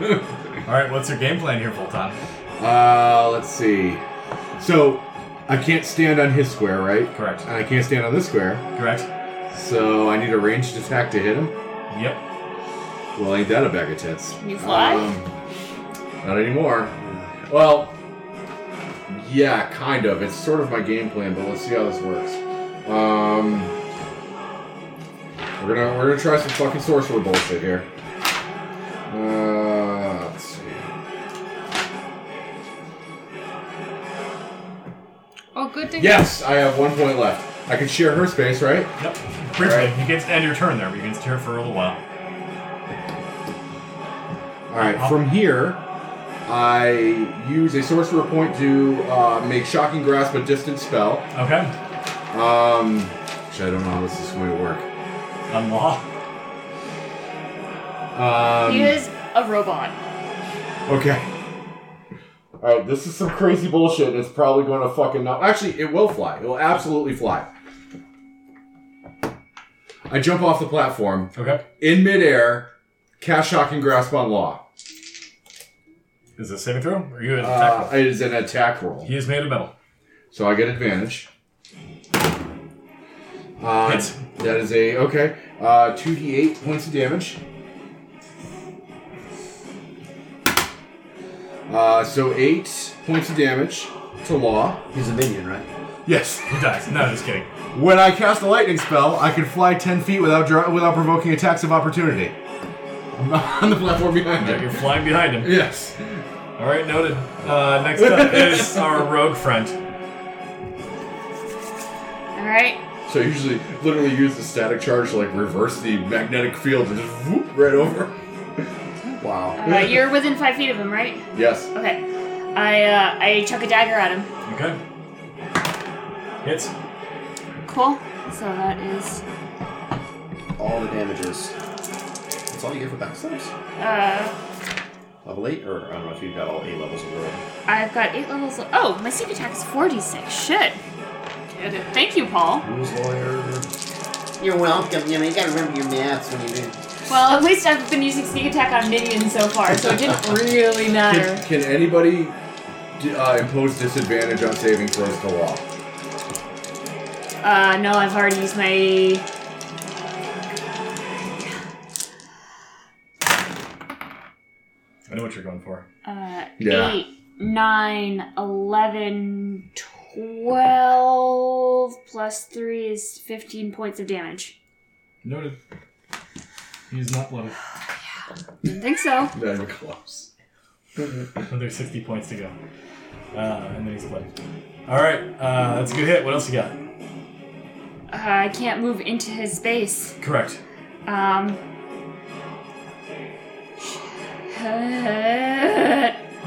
S6: All right, what's your game plan here, Voltan?
S4: Uh, let's see. So, I can't stand on his square, right?
S6: Correct.
S4: And I can't stand on this square.
S6: Correct.
S4: So, I need a ranged attack to hit him.
S6: Yep.
S4: Well, ain't that a bag of tits?
S5: You fly?
S4: Um, not anymore. Well, yeah, kind of. It's sort of my game plan, but let's see how this works. Um, we're gonna we're gonna try some fucking sorcerer bullshit here. Uh, let's see.
S2: Oh, good thing.
S4: Yes, I have one point left. I can share her space, right?
S6: Yep. Briefly,
S4: Alright.
S6: you get to end your turn there, but you can stare for a little while.
S4: All right, from here, I use a sorcerer point to uh, make shocking grasp a distant spell.
S6: Okay.
S4: Um, actually, I don't know how this is going to work.
S6: Unlaw.
S5: He
S4: Um,
S5: is a robot.
S4: okay. All right, this is some crazy bullshit. and It's probably going to fucking not. Actually, it will fly. It will absolutely fly. I jump off the platform
S6: Okay.
S4: in midair, cast shocking grasp on law.
S6: Is this saving throw? Or are you at attack
S4: Uh, it is an attack roll,
S6: roll? He is made of metal.
S4: so I get advantage. Uh,
S6: Hits.
S4: That is a okay. Uh, two d eight points of damage. Uh, so eight points of damage to Law.
S3: He's a minion, right?
S4: Yes.
S6: He dies. No, just kidding.
S4: When I cast a lightning spell, I can fly ten feet without dra- without provoking attacks of opportunity. I'm not on the platform behind
S6: Yeah,
S4: you.
S6: You're flying behind him.
S4: Yes.
S6: All right, noted. Uh, next up is our rogue friend.
S5: All right.
S4: So I usually literally use the static charge to like reverse the magnetic field and just whoop right over.
S3: Wow.
S5: Uh, you're within five feet of him, right?
S4: Yes.
S5: Okay. I uh, I chuck a dagger at him.
S6: Okay. Hits.
S5: Cool. So that is
S3: All the damages. That's all you get for backstabs?
S5: uh
S3: Level 8, or I don't know if you've got all 8 levels of roll.
S5: I've got eight levels. Of, oh, my sneak attack is 46. Shit. Get it. Thank you, Paul.
S3: Rules lawyer. You're welcome. You, know, you gotta remember your maths when you do.
S5: Well, at least I've been using sneak attack on minions so far, so it didn't really
S4: Can,
S5: matter.
S4: can anybody d- uh, impose disadvantage on saving throws to law?
S5: Uh, no, I've already used my.
S6: I know what you're going for.
S5: Uh,
S4: Yeah.
S5: Eight, nine, eleven, twelve plus three is 15 points of damage.
S7: Noted. He is not blooded.
S5: Didn't think so.
S4: Not even close.
S6: Another 60 points to go. Uh, and then he's bloody. All right, uh, that's a good hit. What else you got?
S5: Uh, I can't move into his space.
S6: Correct.
S5: Um.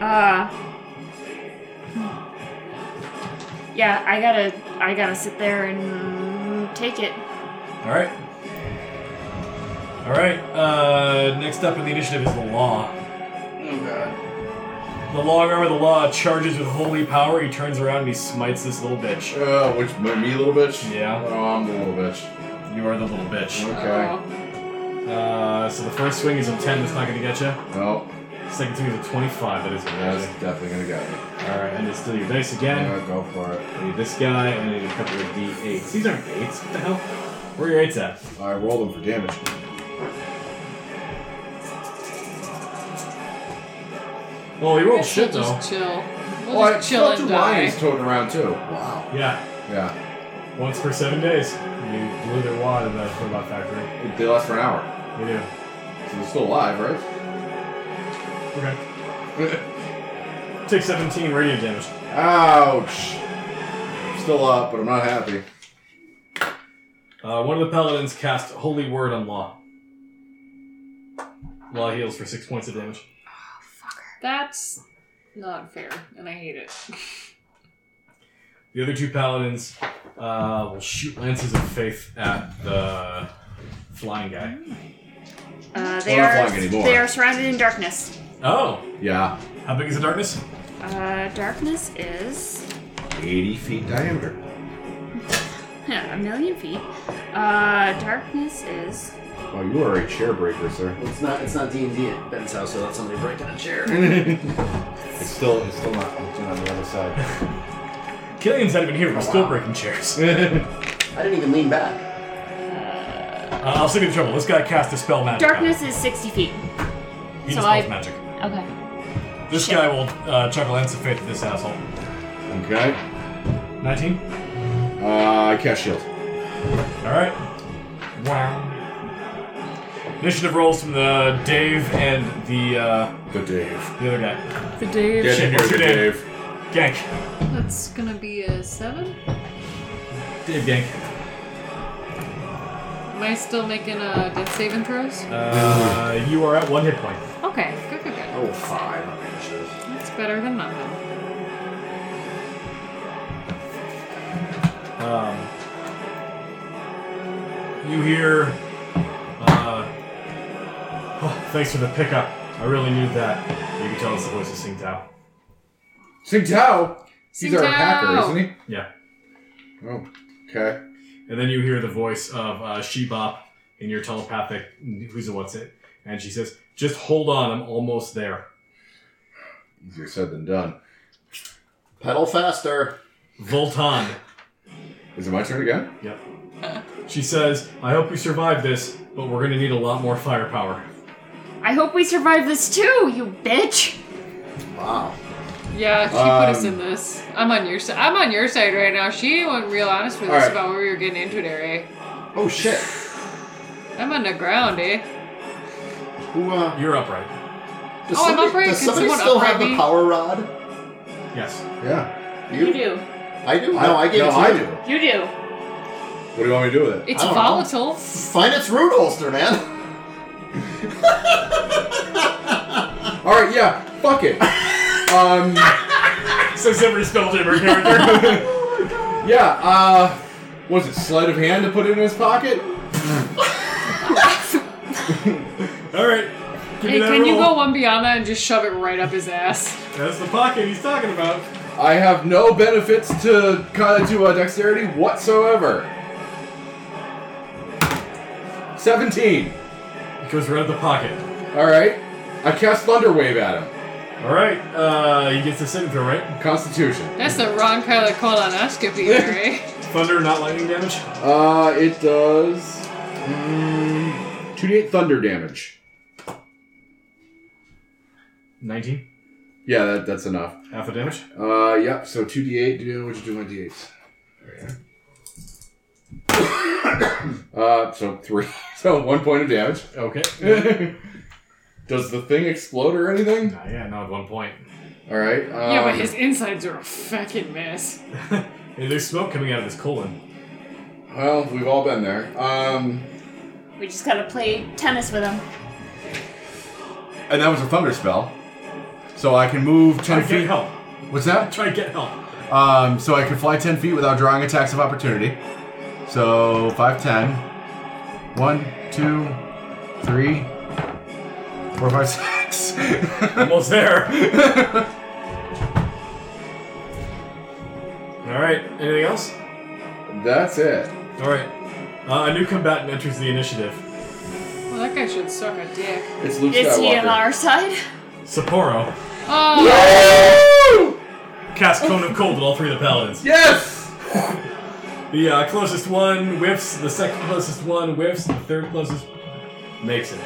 S5: Uh, yeah, I gotta, I gotta sit there and take it.
S6: All right. All right. Uh, next up in the initiative is the law.
S3: Oh god.
S6: The long arm of the law charges with holy power. He turns around and he smites this little bitch.
S4: Uh, which me, me little bitch?
S6: Yeah.
S4: Oh, I'm the little bitch.
S6: You are the little bitch.
S4: Okay.
S6: Uh, so the first swing is a 10. That's not going to get you.
S4: No,
S6: Second swing is a 25. That is going
S4: that's
S6: to
S4: definitely gonna get me.
S6: get you. All right, and it's still your dice again.
S4: Yeah, go for it.
S6: I need this guy and I need a couple of d8s. These aren't eights. What the hell? Where are your eights at?
S4: I rolled them for damage.
S6: Well, he rolled Oh, shit though.
S2: Just chill. We'll
S4: Oh, I-
S2: just chill
S4: Dr.
S2: and
S4: Ryan
S2: die.
S4: is toting around too.
S3: Wow.
S6: Yeah,
S4: Yeah.
S6: once for seven days. You blew their wad in that robot factory.
S4: They last for an hour.
S6: You do.
S4: So they're still alive, right?
S6: Okay. Take 17 radiant damage.
S4: Ouch. Still up, but I'm not happy.
S6: Uh, one of the paladins cast Holy Word on Law. Law heals for six points of damage.
S2: That's not fair, and I hate it.
S6: The other two paladins uh, will shoot lances of faith at the flying guy.
S5: Uh, they
S4: Well, not
S5: are
S4: flying anymore.
S5: they are surrounded in darkness.
S6: Oh,
S4: Yeah.
S6: how big is the darkness?
S5: Uh, darkness is
S4: 80 feet diameter.
S5: yeah, a million feet. Uh, darkness is
S4: Oh, you are a chair breaker, sir.
S3: Well, it's not. It's not D and D at Ben's house, so that's somebody breaking a chair.
S4: It's still, it's still not it's not on the other side.
S6: Killian's not even here. We're still breaking chairs. Uh,
S3: I didn't even lean back.
S6: I'll save you the trouble. This guy cast a spell magic. on him.
S5: darkness is sixty feet.
S6: He
S5: so
S6: dispels
S5: I-
S6: magic.
S5: Okay.
S6: This
S5: Shit.
S6: guy will uh, chuck a lance of faith at this asshole.
S4: Okay.
S6: 19?
S4: Uh, cast shield.
S6: Alright. Wow. Initiative rolls from the Dave and the uh,
S4: Good Dave.
S6: the other guy.
S2: The day
S4: Get
S6: Shit,
S4: in here,
S6: what's
S4: good
S6: your name?
S4: Dave.
S6: Gank.
S2: That's gonna be a seven.
S6: Dave Gank.
S2: Am I still making uh, death saving throws?
S6: Uh, you are at one hit point.
S2: Okay, good, good, good.
S3: Oh, five. I mean, shit.
S2: That's better than nothing.
S6: Um, you hear. Uh, oh, thanks for the pickup. I really knew that. You can tell it's the voice of Sing Tao.
S4: Sing Tao. He's
S2: Sing
S4: our
S2: Tao.
S4: hacker, isn't
S6: Yeah.
S4: he? Oh, okay.
S6: And then you hear the voice of uh, Shebop in your telepathic who's and what's it. And she says, just hold on, I'm almost there.
S4: Easier said than done.
S3: Pedal faster.
S6: Voltan.
S4: Is it my turn again?
S6: Yep. She says, I hope you survive this, but we're gonna need a lot more firepower.
S5: I hope we survive this too, you bitch.
S3: Wow.
S2: Yeah, she put us
S4: Um,
S2: in this. I'm on your side. I'm on your side right now. She wasn't real honest with
S4: All
S2: us
S4: right.
S2: about what we were getting into there, eh?
S3: Oh shit.
S2: I'm on the ground, eh?
S3: Who? Uh,
S6: You're upright.
S3: does
S2: Oh, I'm
S3: somebody,
S2: upright.
S3: Does
S2: Can
S3: somebody
S2: someone
S3: still
S2: upright
S3: have the
S2: me?
S3: power rod?
S6: Yes.
S4: Yeah.
S3: You?
S5: do.
S3: I do. No, I gave
S4: no,
S3: it to
S4: I
S3: you.
S4: do.
S5: You do.
S4: What do you want me to do with it?
S2: It's
S3: I don't know.
S2: volatile.
S3: Find its root holster, man.
S4: All right, yeah. Fuck it. um,
S2: Oh
S6: Says every spelljammer character.
S4: yeah. Uh, Was it sleight of hand to put it in his pocket?
S6: All right. Give me
S2: Hey,
S6: that
S2: can you
S6: roll.
S2: go one beyond that and just shove it right up his ass?
S6: That's the pocket he's talking about.
S4: I have no benefits to kind of to uh, dexterity whatsoever. Seventeen.
S6: It goes right at the pocket.
S4: All right. I cast Thunder Wave at him.
S6: All right. Uh, he gets a saving throw, right?
S4: Constitution.
S2: That's the wrong kind of colonoscopy, there, eh?
S6: Thunder, not lightning damage.
S4: Uh, it does hmm, two d eight thunder damage.
S6: Nineteen.
S4: Yeah, that, that's enough.
S6: Half the damage.
S4: Uh, yep. So two d eight. Do you know what you do with d eights? Uh, so three. So one point of damage.
S6: Okay.
S4: Does the thing explode or anything?
S6: Nah, yeah, not at one point.
S4: All right. Um,
S2: yeah, but his insides are a fucking mess.
S6: Hey, there's smoke coming out of his colon.
S4: well, we've all been there. Um,
S5: We just gotta play tennis with him.
S4: and that was a thunder spell, so I can move
S6: Try
S4: ten
S6: to get
S4: feet.
S6: help.
S4: What's that?
S6: Try to get help.
S4: Um, so I can fly 10 feet without drawing attacks of opportunity. So 5, 10. 1, 2, 3, 4, 5, 6.
S6: Almost there. All right. Anything else?
S4: That's it.
S6: All right. Uh, a new combatant enters the initiative.
S2: Well, that guy should suck a dick.
S4: It's Luke
S5: Is he on
S4: Skywalker.
S5: our side?
S6: Sapporo.
S2: Oh,
S6: Cast Cone of Cold at all three of the paladins.
S4: Yes!
S6: The uh, closest one whiffs, the second closest one whiffs, the third closest makes it.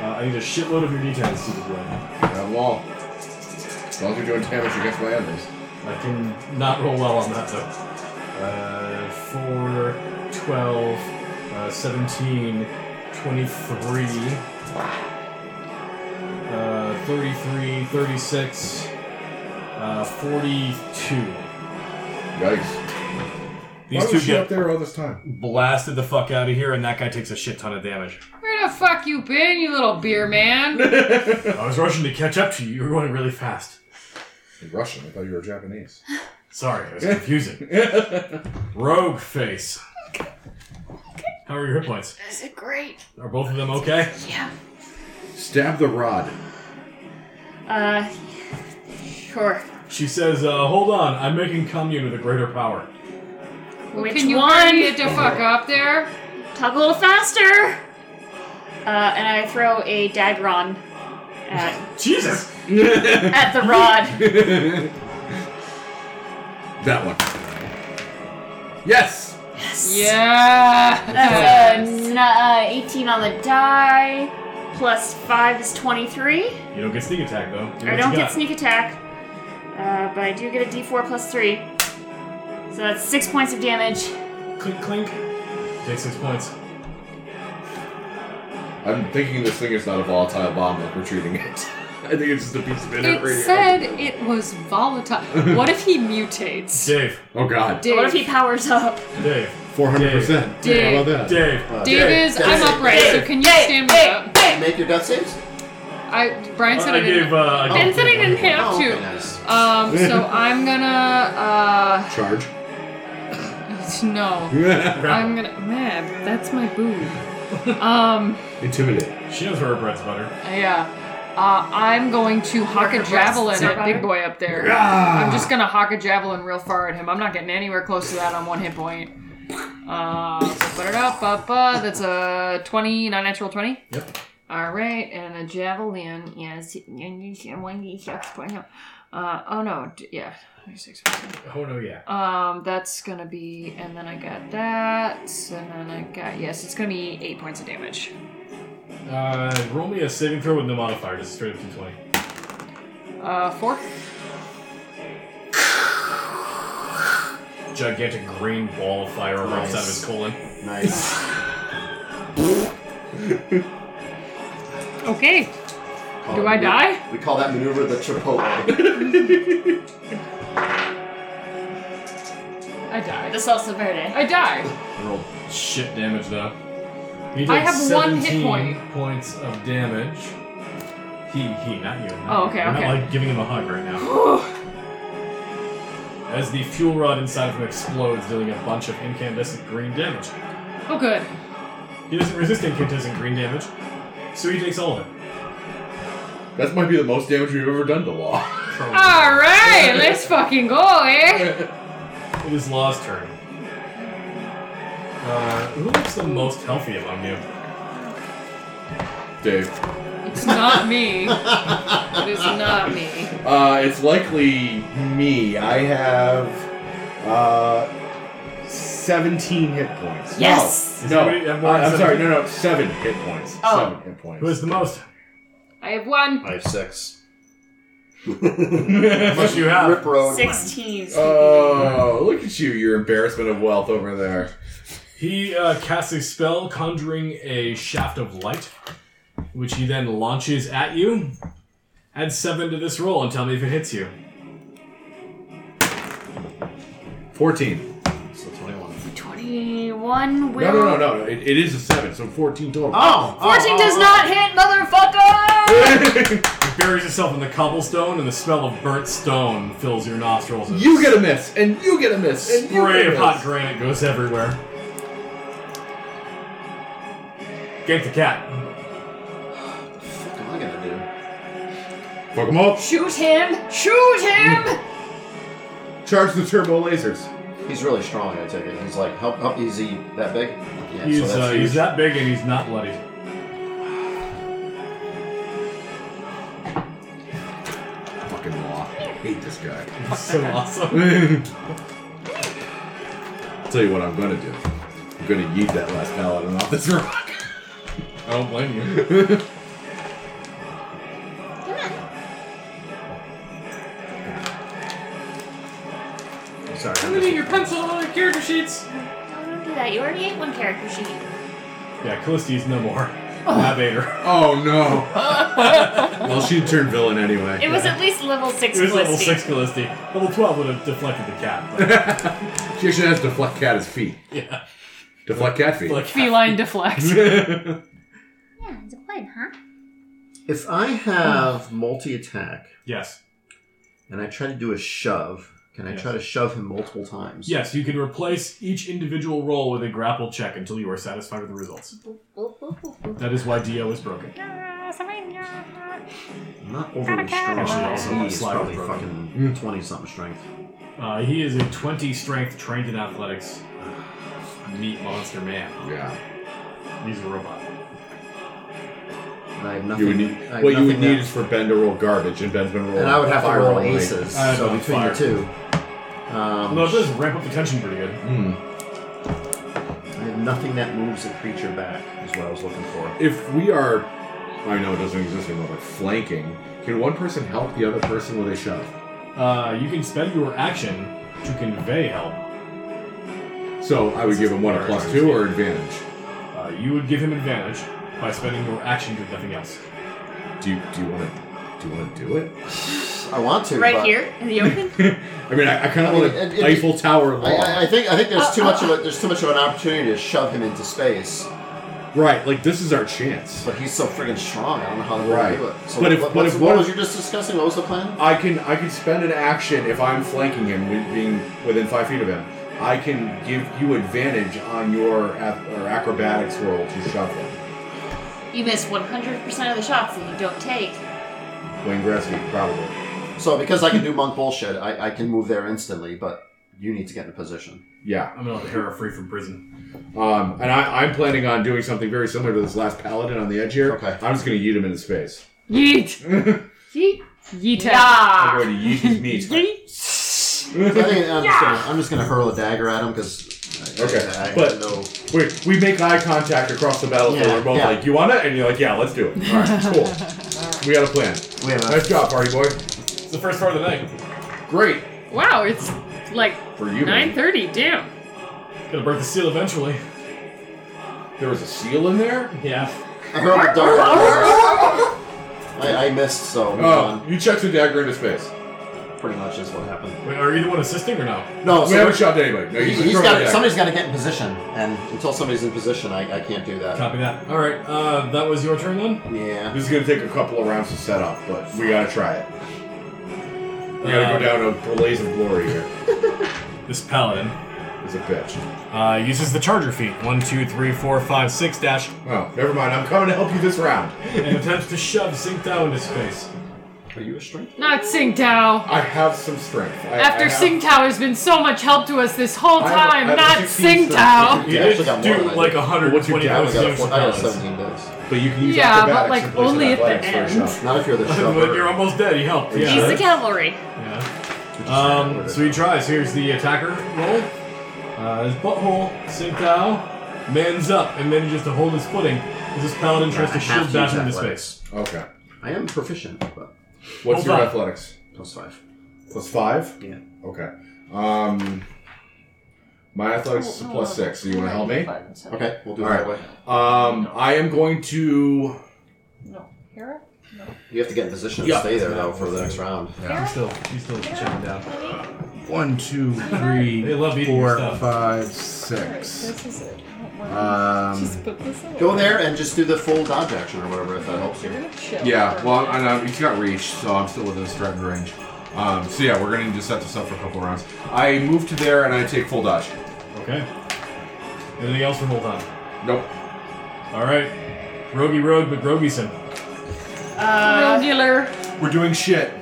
S6: Uh, I need a shitload of your d10s, stupid one.
S4: Got 'em all. As long as you're doing damage against my enemies.
S6: I can not roll well on that though. Uh, 4, 12, uh, 17, 23, uh, 33, 36, uh, 42.
S4: Yikes.
S6: These
S8: Why
S6: two
S8: was she up
S6: get
S8: there all this time?
S6: blasted the fuck out of here, and that guy takes a shit ton of damage.
S2: where the fuck you been, you little beer man?
S6: I was rushing to catch up to you. You were going really fast.
S8: You're Russian. I thought you were Japanese.
S6: Sorry, it was confusing. Rogue face. How are your hit points?
S5: Is it great?
S6: Are both of them okay?
S5: Yeah.
S4: Stab the rod.
S5: Uh, sure.
S6: She says, uh, "Hold on, I'm making commune with a greater power."
S5: Which
S2: Can you
S5: one?
S2: hurry get the fuck up there?
S5: Talk a little faster. Uh, and I throw a dagger on at,
S6: Jesus.
S5: at the rod.
S4: That one. Yes!
S2: Yeah.
S5: That's a n- uh, 18 on the die. Plus 5 is 23.
S6: You don't get sneak attack though. What
S5: I
S6: you
S5: don't get
S6: got?
S5: sneak attack, uh, but I do get a d4 plus 3. So that's 6 points of damage.
S6: Clink clink. Take six points.
S4: I'm thinking this thing is not a volatile bomb like we're treating it. I think it's just a piece of
S2: It said it was volatile. What if he mutates?
S6: Dave.
S4: Oh god.
S5: What if he powers up?
S6: Dave.
S3: Four hundred percent.
S2: Dave.
S3: How about that?
S6: Dave.
S3: Uh,
S2: Davis,
S3: Dave,
S2: I'm
S3: Dave,
S2: upright, so can you stand me up?
S3: Make your death saves.
S2: I Brian said I
S6: I gave.
S2: didn't.
S6: Uh, I
S2: Ben
S6: gave
S2: said I
S6: Dave one
S2: didn't
S6: point.
S2: have
S3: Oh, okay,
S2: to.
S3: nice.
S2: Um, so I'm gonna
S4: Charge.
S2: uh no. I'm gonna man, that's my boob. Um,
S4: Intimidate.
S6: She knows where her bread's butter.
S2: yeah. Uh, I'm going to hawk a
S5: breasts
S2: javelin
S5: are
S2: at
S5: better.
S2: Big Boy up there. I'm just gonna hawk a javelin real far at him. I'm not getting anywhere close to that on one hit point. Uh, so ba-da-da-ba-ba, that's a 20, not natural 20.
S6: Yep.
S2: All right, and a javelin is and you can- one d six point. no. Uh, oh no, d- yeah, six percent.
S6: Oh no, yeah.
S5: Uh.
S2: Um, that's gonna be, and then I got that, and then I got yes, it's gonna be eight points of damage.
S6: Uh, roll me a saving throw with no modifier, just straight up to twenty.
S2: Uh, four.
S6: gigantic green ball of fire erupts out of his colon.
S3: Nice.
S2: Okay. Do I
S3: we-
S2: die?
S3: We call that maneuver the Chipotle.
S2: I die.
S5: The salsa verde.
S2: I die.
S6: Roll shit damage though. He
S2: I
S6: did
S2: have one hit
S6: 17
S2: point.
S6: points of damage. He, he, not you. not
S2: Oh,
S6: you.
S2: okay,
S6: We're
S2: okay.
S6: Not, like giving him a hug right now. as the fuel rod inside of him explodes, dealing a bunch of incandescent green damage.
S2: Oh, good.
S6: He doesn't resist incandescent green damage, so he takes all of it.
S4: That might be the most damage we've ever done to Law.
S2: All right, let's fucking go, eh?
S6: It is Law's turn. Uh, who looks the most healthy among you?
S4: Dave.
S2: It's not me. It is not me.
S4: Uh, it's likely me. I have uh, 17 hit points. No,
S5: Yes!
S6: Does
S4: No,
S6: anybody have more
S4: I-
S6: than
S4: I'm sorry.
S6: seven?
S4: No, no, seven hit points.
S5: Oh.
S4: Seven hit points.
S6: Who has the most?
S2: I have one.
S3: I have six.
S6: How much do you have?
S3: Rip road.
S5: 16.
S4: Oh, look at you! Your embarrassment of wealth over there.
S6: He uh, casts a spell conjuring a shaft of light, which he then launches at you. Add seven to this roll and tell me if it hits you.
S4: 14.
S3: So 21.
S5: 21 will.
S4: No, no, no, no. It, it is a seven, so 14 total.
S3: Oh!
S5: 14 does not hit, motherfucker!
S6: It buries itself in the cobblestone, and the smell of burnt stone fills your nostrils. and
S4: you get a miss, and you get a miss, and you
S6: spray
S4: get
S6: of
S4: a
S6: hot
S4: miss.
S6: granite goes everywhere. Gank the cat.
S3: What am I gonna
S4: Fuck 'em up.
S5: Shoot him! Shoot him!
S4: Charge the turbo lasers.
S3: do? He's really strong, I take it. He's like, how, how is he that big? Yeah,
S6: He's, uh,
S3: huge.
S6: he's that big and he's not bloody.
S4: Fucking law. I hate this guy.
S6: It's so awesome.
S4: I'll tell you what I'm gonna do. I'm gonna yeet that last paladin off this rock.
S6: I don't blame you.
S3: Sorry.
S6: I'm gonna need your pencil and other character sheets.
S5: Don't do that. You already ate one character sheet.
S6: Yeah, Calliste's no more. Not Vader.
S4: Oh no. well, she'd turn villain anyway.
S5: It was at least level 6
S6: It was level
S5: ballistic.
S6: six Calliste. Level twelve would have deflected the cat. But
S4: She actually has deflect cat as feet.
S6: yeah,
S4: Deflect cat feet.
S6: like
S2: Feline deflect.
S5: Yeah, it's a plane, huh?
S3: If I have multi attack
S6: yes,
S3: and I try to do a shove, can I
S6: Yes.
S3: try to shove him multiple times?
S6: yes. You can replace each individual roll with a grapple check until you are satisfied with the results. That is why Dio is broken.
S3: I'm not overly strong.
S6: Actually, also my
S3: he's
S6: slide
S3: probably
S6: was broken.
S3: fucking 20 something strength.
S6: Uh, he is a twenty strength trained in athletics meat monster man.
S4: yeah.
S6: He's a robot.
S3: And I have nothing.
S4: You would need,
S3: I have
S4: what you would
S3: nothing
S4: need
S3: left.
S4: is for Ben to roll garbage, and Ben's been rolling.
S3: And I would have to
S4: fire
S3: roll
S4: only.
S3: aces.
S6: I have
S3: So
S6: no
S3: between
S6: fire.
S3: the two.
S6: Although it does
S3: Um,
S6: ramp up the tension pretty good.
S4: Hmm.
S3: I have nothing that moves a creature back, is what I was looking for.
S4: If we are, I know it doesn't exist anymore, but flanking, can one person help the other person with a shove?
S6: Uh, you can spend your action to convey help.
S4: So I would give him what a plus two or advantage.
S6: Uh, you would give him advantage by spending your action to do nothing else.
S4: Do you do you want to do you want to do it?
S3: I want to.
S5: Right
S3: but
S5: here in the open?
S4: I mean, I, I kind
S3: I
S4: of
S3: mean,
S4: want
S3: it-
S4: to
S3: it-
S4: Eiffel Tower law,
S3: I, I, I think I think
S5: Oh,
S3: there's too much of a, there's too much of an opportunity to shove him into space,
S4: right? Like this is our chance.
S3: but he's so friggin' strong. I don't know how the
S4: Right.
S3: right. do it. So
S4: But if-
S3: what,
S4: but
S3: what's-
S4: if
S3: what
S4: one-
S3: was you just discussing? What was the plan?
S4: I can I can spend an action if I'm flanking him, with being within five feet of him. I can give you advantage on your ath- or acrobatics roll to shove him.
S5: You miss 100% of the shots that you don't take.
S4: Wayne Gretzky, probably.
S3: So because I can do monk bullshit, I, I can move there instantly. But you need to get in position.
S4: Yeah.
S6: I'm gonna let Hera free from prison.
S4: Um, and I, I'm planning on doing something very similar to this last paladin on the edge here.
S3: Okay.
S4: I'm just going to yeet him into space.
S2: Yeet.
S5: Yeet.
S2: Yeet.
S4: I'm
S5: Yeah.
S4: going to yeet his meat.
S3: So I think I'm, just gonna, I'm just gonna hurl a dagger at him because
S4: Okay,
S3: I, I
S4: but-
S3: know.
S4: We, we make eye contact across the battlefield.
S3: Yeah,
S4: We're both
S3: yeah.
S4: like, you want it? And you're like, yeah, let's do it. All right, cool. We got a plan.
S3: We have a
S4: Nice job, party boy.
S6: It's the first part of the night.
S4: Great.
S2: Wow, it's like
S4: For you, man.
S2: 9:30. Damn.
S6: Gonna break the seal eventually.
S4: There was a seal in there?
S6: Yeah.
S3: I hurled a dart. I, I missed, so it was
S4: Oh, you chucked a dagger into space.
S3: gone. pretty much is what happened.
S6: Wait, are either one assisting or no?
S3: No,
S4: We
S3: so
S4: haven't shot anybody. No, you
S3: he,
S4: just
S3: has
S4: throw
S3: got
S4: the dagger.
S3: somebody's got to get in position, and until somebody's in position, I, I can't do that.
S6: Copy that. All right. Uh, that was your turn then.
S3: Yeah.
S4: This is going to take a couple of rounds to set up, but we got to try it. We gotta go down a blaze of glory here.
S6: This paladin
S4: It's a bitch.
S6: uh, uses the charger feat. One, two, three, four, five, six dash,
S4: Oh, never mind. I'm coming to help you this round.
S6: and attempts to shove Sing Tao into space.
S3: Are you a strength?
S2: Not Singtao.
S4: I have some strength. I,
S2: After
S4: I have-
S2: Singtao has been so much help to us this whole
S4: I have- I
S2: time,
S4: have
S2: not
S4: 16 strength.
S2: Singtao.
S3: You actually got more than I
S6: do
S3: did.
S6: like a
S4: What's your
S6: 120
S4: damage?
S3: I got, a
S6: pounds
S3: four, I got a 17 dice.
S4: But you can use
S2: Yeah, but,
S4: acrobatics
S2: like,
S4: in place of
S2: only at the
S4: athletics for a
S5: end.
S4: shove.
S3: Not if you're the
S6: But
S3: shover.
S6: you're almost dead. He helped. Yeah.
S5: He's the cavalry.
S6: yeah. Um, so he tries. Here's the attacker roll. Uh, his butthole, Sing Tao, mans up and manages to hold his footing as this paladin tries
S3: I
S6: to
S3: have
S6: shield
S3: to
S6: dash
S3: use
S6: into
S3: athletics.
S6: space.
S4: Okay.
S3: I am proficient, but
S4: What's
S6: Hold
S4: your
S6: on.
S4: athletics?
S3: plus five.
S4: Plus five?
S3: Yeah.
S4: Okay. Um, my athletics is a plus six. So you want to help me?
S3: Okay, we'll do it
S4: All right.
S3: that way.
S4: Um, I am going to.
S2: No. Hera?
S3: You have to get in position to
S4: Yeah.
S3: stay there though for the next round.
S6: He's still, he's still checking down.
S4: One, two, three,
S6: They love eating your
S4: four,
S6: stuff.
S4: five, six.
S9: This is it. I don't want
S4: Um,
S9: to just put this in.
S3: Go there and just do the full dodge action or whatever if that helps
S9: You're
S3: you.
S9: gonna chill.
S4: Yeah,
S9: for-
S4: well, I know he's got reach, so I'm still within his threatened range. Um, so yeah, we're gonna just set this up for a couple rounds. I move to there and I take full dodge.
S6: Okay. Anything else from Multan?
S4: Nope.
S6: All right. Rogi Road McRogison.
S5: Uh,
S2: Regular.
S4: We're doing shit.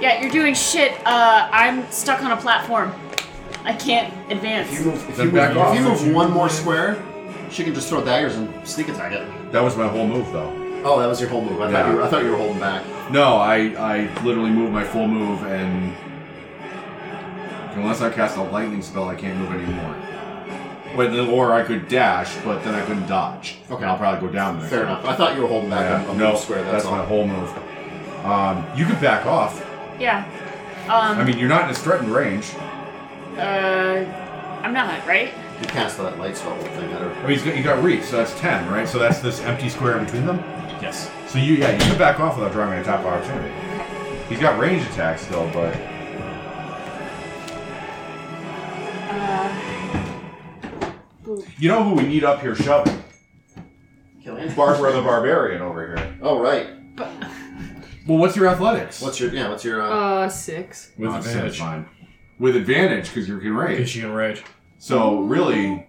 S5: yeah, you're doing shit. Uh, I'm stuck on a platform. I can't advance.
S3: If you move, if
S4: Then
S3: you
S4: back
S3: move,
S4: off.
S3: if you move one more square, she can just throw daggers and sneak attack it.
S4: That was my whole move, though.
S3: Oh, that was your whole move. I thought
S4: Yeah.
S3: you were, I thought you were holding back.
S4: No, I I literally moved my full move, and unless I cast a lightning spell, I can't move anymore. Wait, then- or I could dash, but then I couldn't dodge.
S3: Okay.
S4: I'll probably go down there.
S3: Fair enough. I thought you were holding back
S4: Yeah,
S3: a, a
S4: no,
S3: move square. That's, all.
S4: my whole move. Um, you could back off.
S5: yeah. Um,
S4: I mean, you're not in his threatened range.
S5: uh, I'm not right.
S3: You cast that light spell thing at her.
S4: I mean, he's got, you got reach, so that's 10, right? So that's this empty square in between them.
S6: Yes.
S4: So you, yeah, you can back off without drawing an attack of opportunity. He's got range attacks still, but
S5: Uh,
S4: you know who we need up here shoving?
S3: Killian.
S4: Barbara the Barbarian over here.
S3: Oh right.
S4: Well, what's your athletics?
S3: What's your yeah? What's your uh,
S2: Uh, six.
S6: With
S4: Oh, so it's
S6: advantage.
S4: fine. With advantage, because you can
S6: Because
S4: rage.
S6: she can rage.
S4: So really,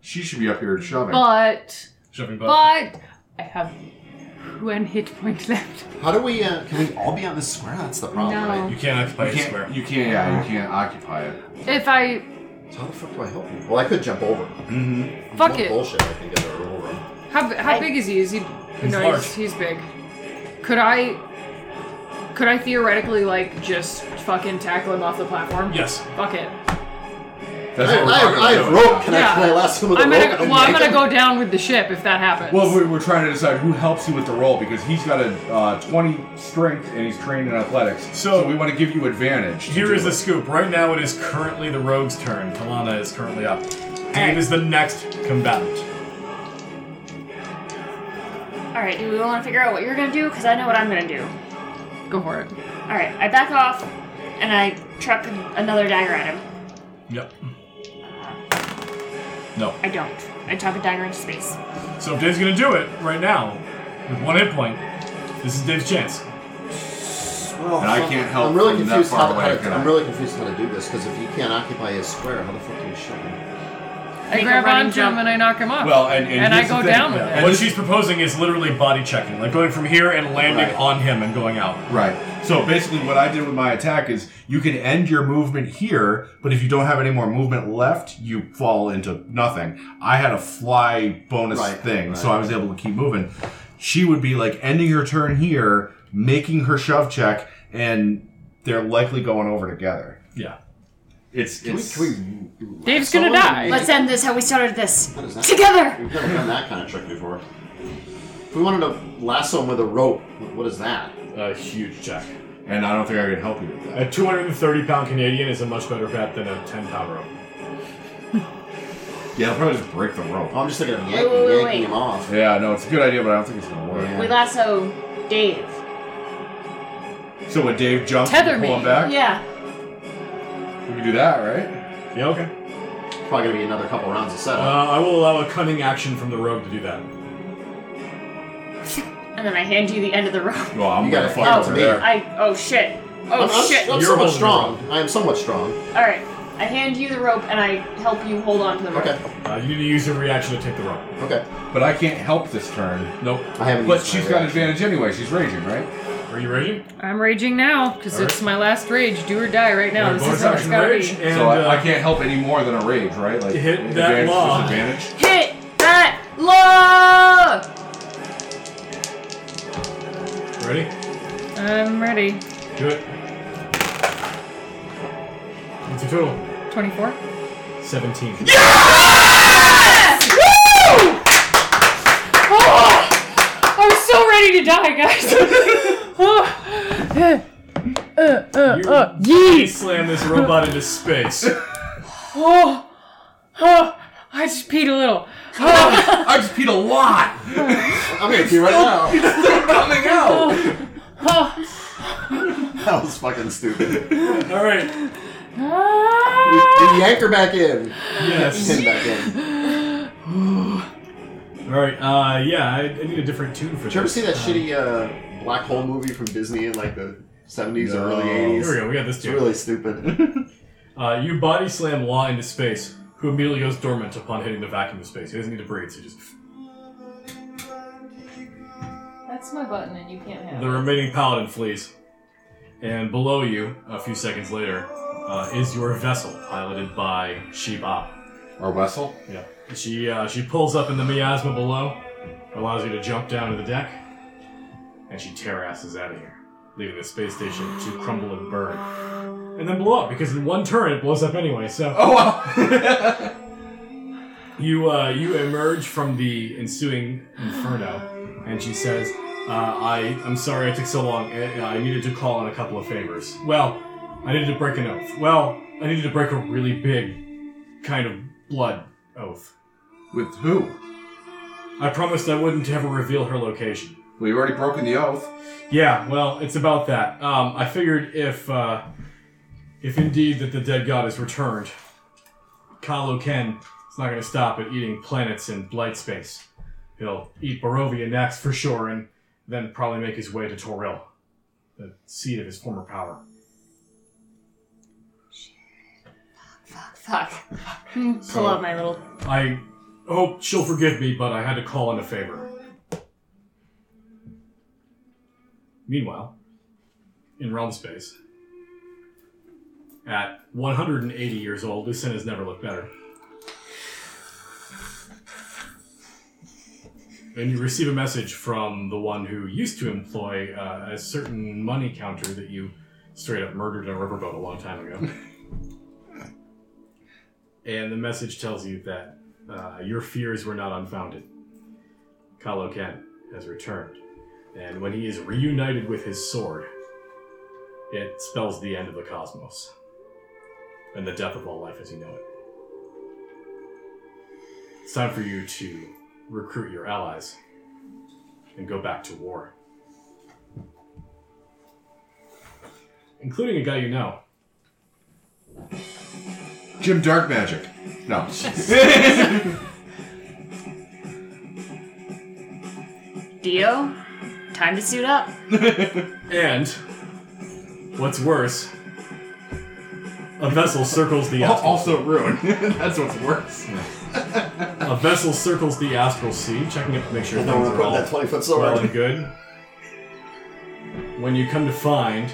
S4: she should be up here shoving.
S2: But,
S6: Shoving butt.
S2: but, I have one hit point left.
S3: How do we? Uh, can we all be on this square? That's the problem,
S2: No.
S3: right?
S6: You can't occupy
S4: you
S6: a
S4: can't.
S6: square.
S4: You can't. Yeah, you can't occupy it.
S2: If I.
S3: So how the fuck do I help you? Well, I could jump over.
S4: Mm-hmm.
S2: Fuck
S3: What
S2: it.
S3: Bullshit. I can get a roll room.
S2: How, b- how big is he? Is he?
S6: He's
S2: no,
S6: large.
S2: He's, he's big. Could I? Could I theoretically like just fucking tackle him off the platform?
S6: Yes.
S2: Fuck it.
S4: That's
S3: I,
S4: what we're
S3: I, have,
S4: talking
S3: I have
S4: about.
S3: rope. Can I
S2: Yeah.
S3: can I last him with a
S2: I'm
S3: rope?
S2: gonna. Well, I'm gonna go down with the ship if that happens.
S4: Well, we're, we're trying to decide who helps you with the role because he's got a uh, 20 strength and he's trained in athletics. So,
S6: So-
S4: we want to give you advantage. to
S6: Here
S4: do
S6: is the
S4: it.
S6: scoop. Right now it is currently the rogue's turn. Kalana is currently up. Dave is the next combatant.
S5: all right. Do we want to figure out what you're gonna do? Cause I know what I'm gonna do.
S2: go for it.
S5: All right. I back off, and I chuck another dagger at him.
S6: Yep. No.
S5: I don't. I chuck a dagger into space.
S6: So if Dave's gonna do it right now, with one hit point, this is Dave's chance.
S4: And I can't help
S3: I'm really
S4: from that
S3: confused
S4: far
S3: how, to-
S4: away,
S3: how
S4: can
S3: to,
S4: I?
S3: I'm really confused how to do this because if he can't occupy his square, how the fuck do you shoot him?
S2: I
S5: Make a
S2: grab
S5: running
S2: onto him
S5: jump.
S2: and I knock him off.
S4: Well, and, and,
S2: And I
S4: here's the
S2: go
S4: thing.
S2: down with
S4: Yeah.
S2: it.
S4: And
S6: What
S4: this-
S6: she's proposing is literally body checking, like going from here and landing
S3: Right.
S6: on him and going out.
S4: Right. So basically, what I did with my attack is you can end your movement here, but if you don't have any more movement left, you fall into nothing. I had a fly bonus
S3: Right,
S4: thing, so
S3: right.
S4: I was able to keep moving. She would be like ending her turn here, making her shove check, and they're likely going over together.
S6: Yeah.
S4: It's
S3: Can we,
S4: it's
S3: can we
S2: Dave's gonna
S3: someone-
S2: die.
S5: Let's end this how we started this.
S3: What is that?
S5: Together.
S3: We've never done that kind of trick before. If we wanted to lasso him with a rope, wh- what is that?
S6: A huge check.
S4: and I don't think I can help you with that.
S6: A 230 pound Canadian is a much better bet than a 10 pound rope.
S4: Yeah, they'll probably just break the
S3: Oh,
S4: rope.
S3: I'm just thinking of
S5: Wait,
S3: yanking,
S5: wait, wait,
S3: yanking
S5: wait.
S3: him off.
S4: Yeah, no, it's a good idea, but I don't think it's gonna work.
S3: Yeah.
S5: We lasso Dave.
S4: So when Dave jumps,
S2: Tether
S4: you pull
S2: me.
S4: him back.
S5: Yeah.
S4: We can do that, right?
S6: Yeah, okay.
S3: Probably gonna be another couple rounds of
S6: Uh,
S3: setup.
S6: I will allow a cunning action from the rogue to do that.
S5: And then I hand you the end of the rope.
S4: Well, I'm
S3: You
S4: gonna
S3: gotta
S4: fight
S3: help
S4: over
S3: me.
S4: there.
S5: I oh shit. Oh
S3: I'm, I'm,
S5: shit!
S3: I'm
S6: Uh, You're
S3: somewhat
S6: holding
S3: strong. I am somewhat strong.
S5: All right, I hand you the rope and I help you hold on to the rope.
S3: Okay.
S6: Uh, you need to use your reaction to take the rope.
S3: Okay.
S8: But I can't help this turn.
S6: Nope.
S3: I haven't.
S8: But
S3: used
S8: she's
S3: my
S8: got
S3: reaction.
S8: advantage anyway. She's raging, right?
S6: Are you raging?
S2: I'm raging now because
S6: All
S2: it's my last rage. Do or die right now.
S6: Alright,
S2: This
S6: bonus
S2: is how it's
S6: action
S2: gotta
S6: rage,
S2: be.
S6: and
S8: so I,
S6: uh,
S8: I can't help any more than a rage, right? Like
S6: hit that
S8: advantage,
S6: law.
S8: disadvantage.
S5: Hit that law!
S6: Ready?
S2: I'm ready.
S6: Do it. What's your total?
S2: 24.
S6: 17.
S4: Ah!
S2: I'm so ready to die, guys. oh, uh, uh,
S6: You
S2: uh,
S6: you
S2: yeet.
S6: slam this robot into space.
S2: Oh, oh, I just peed a little. Oh,
S4: I just peed a lot.
S3: I'm gonna pee right now.
S4: Coming out.
S2: oh,
S3: That was fucking stupid.
S6: All right.
S2: ah.
S3: Yank her back in.
S6: Yes.
S3: Pin back in. Did
S6: All right. Uh, yeah. I, I need a different tune for
S3: you ever
S6: this.
S3: see that shitty uh, black hole movie from Disney in like the 70s or early
S8: No.
S3: 80s?
S6: Here we go. We got this
S3: It's
S6: tune.
S3: really stupid.
S6: Uh, you body slam Law into space, who immediately goes dormant upon hitting the vacuum of space. He doesn't need to breathe, so he just
S2: That's my button, and you can't
S6: The remaining paladin flees. And below you, a few seconds later, uh, is your vessel, piloted by Sheep Op.
S8: Or Wessel.
S6: Yeah. She uh, she pulls up in the miasma below, allows you to jump down to the deck, and she terrasses out of here, leaving the space station to crumble and burn. And then blow up, because in one turn it blows up anyway, so.
S4: Oh wow.
S6: You uh, you emerge from the ensuing inferno, and she says, uh, "I I'm sorry I took so long. Uh, I, I needed to call on a couple of favors. Well, I needed to break an oath. Well, I needed to break a really big kind of blood oath.
S4: With who?
S6: I promised I wouldn't ever reveal her location.
S4: We've already broken the oath.
S6: Yeah, well, it's about that. Um, I figured if uh, if indeed that the dead god is returned, Kalo Ken is not going to stop at eating planets and blight space. He'll eat Barovia next for sure, and then probably make his way to Toril, the seat of his former power.
S5: Fuck, fuck. Hmm, Pull out my little.
S6: I hope she'll forgive me, but I had to call in a favor. Meanwhile, in realm space, at 180 years old, Lucin has never looked better. And you receive a message from the one who used to employ uh, a certain money counter that you straight up murdered in a riverboat a long time ago. and the message tells you that uh, your fears were not unfounded. Kalo Ken has returned, and when he is reunited with his sword, it spells the end of the cosmos and the death of all life as you know it. It's time for you to recruit your allies and go back to war, including a guy you know.
S4: Jim Dark Magic. No.
S5: Dio, time to suit up.
S6: And what's worse, a vessel circles the
S4: Al-
S6: astral.
S4: also ruin. That's what's worse.
S6: A vessel circles the astral sea, checking it to make sure
S3: Don't
S6: things are
S3: put
S6: all
S3: that 20 foot
S6: well and
S3: sword.
S6: good. When you come to find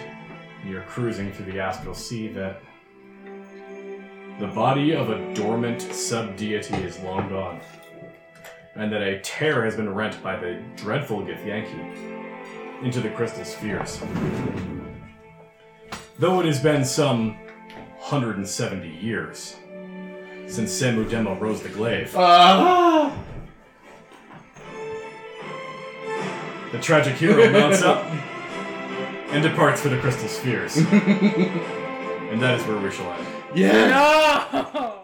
S6: you're cruising through the astral sea that the body of a dormant sub deity is long gone, and that a tear has been rent by the dreadful Githyanki into the crystal spheres. Though it has been some 170 years since Samu Demo rose the glaive,
S4: Uh,
S6: The tragic hero mounts up and departs for the crystal spheres. and that is where we shall end.
S4: yeah.
S2: No.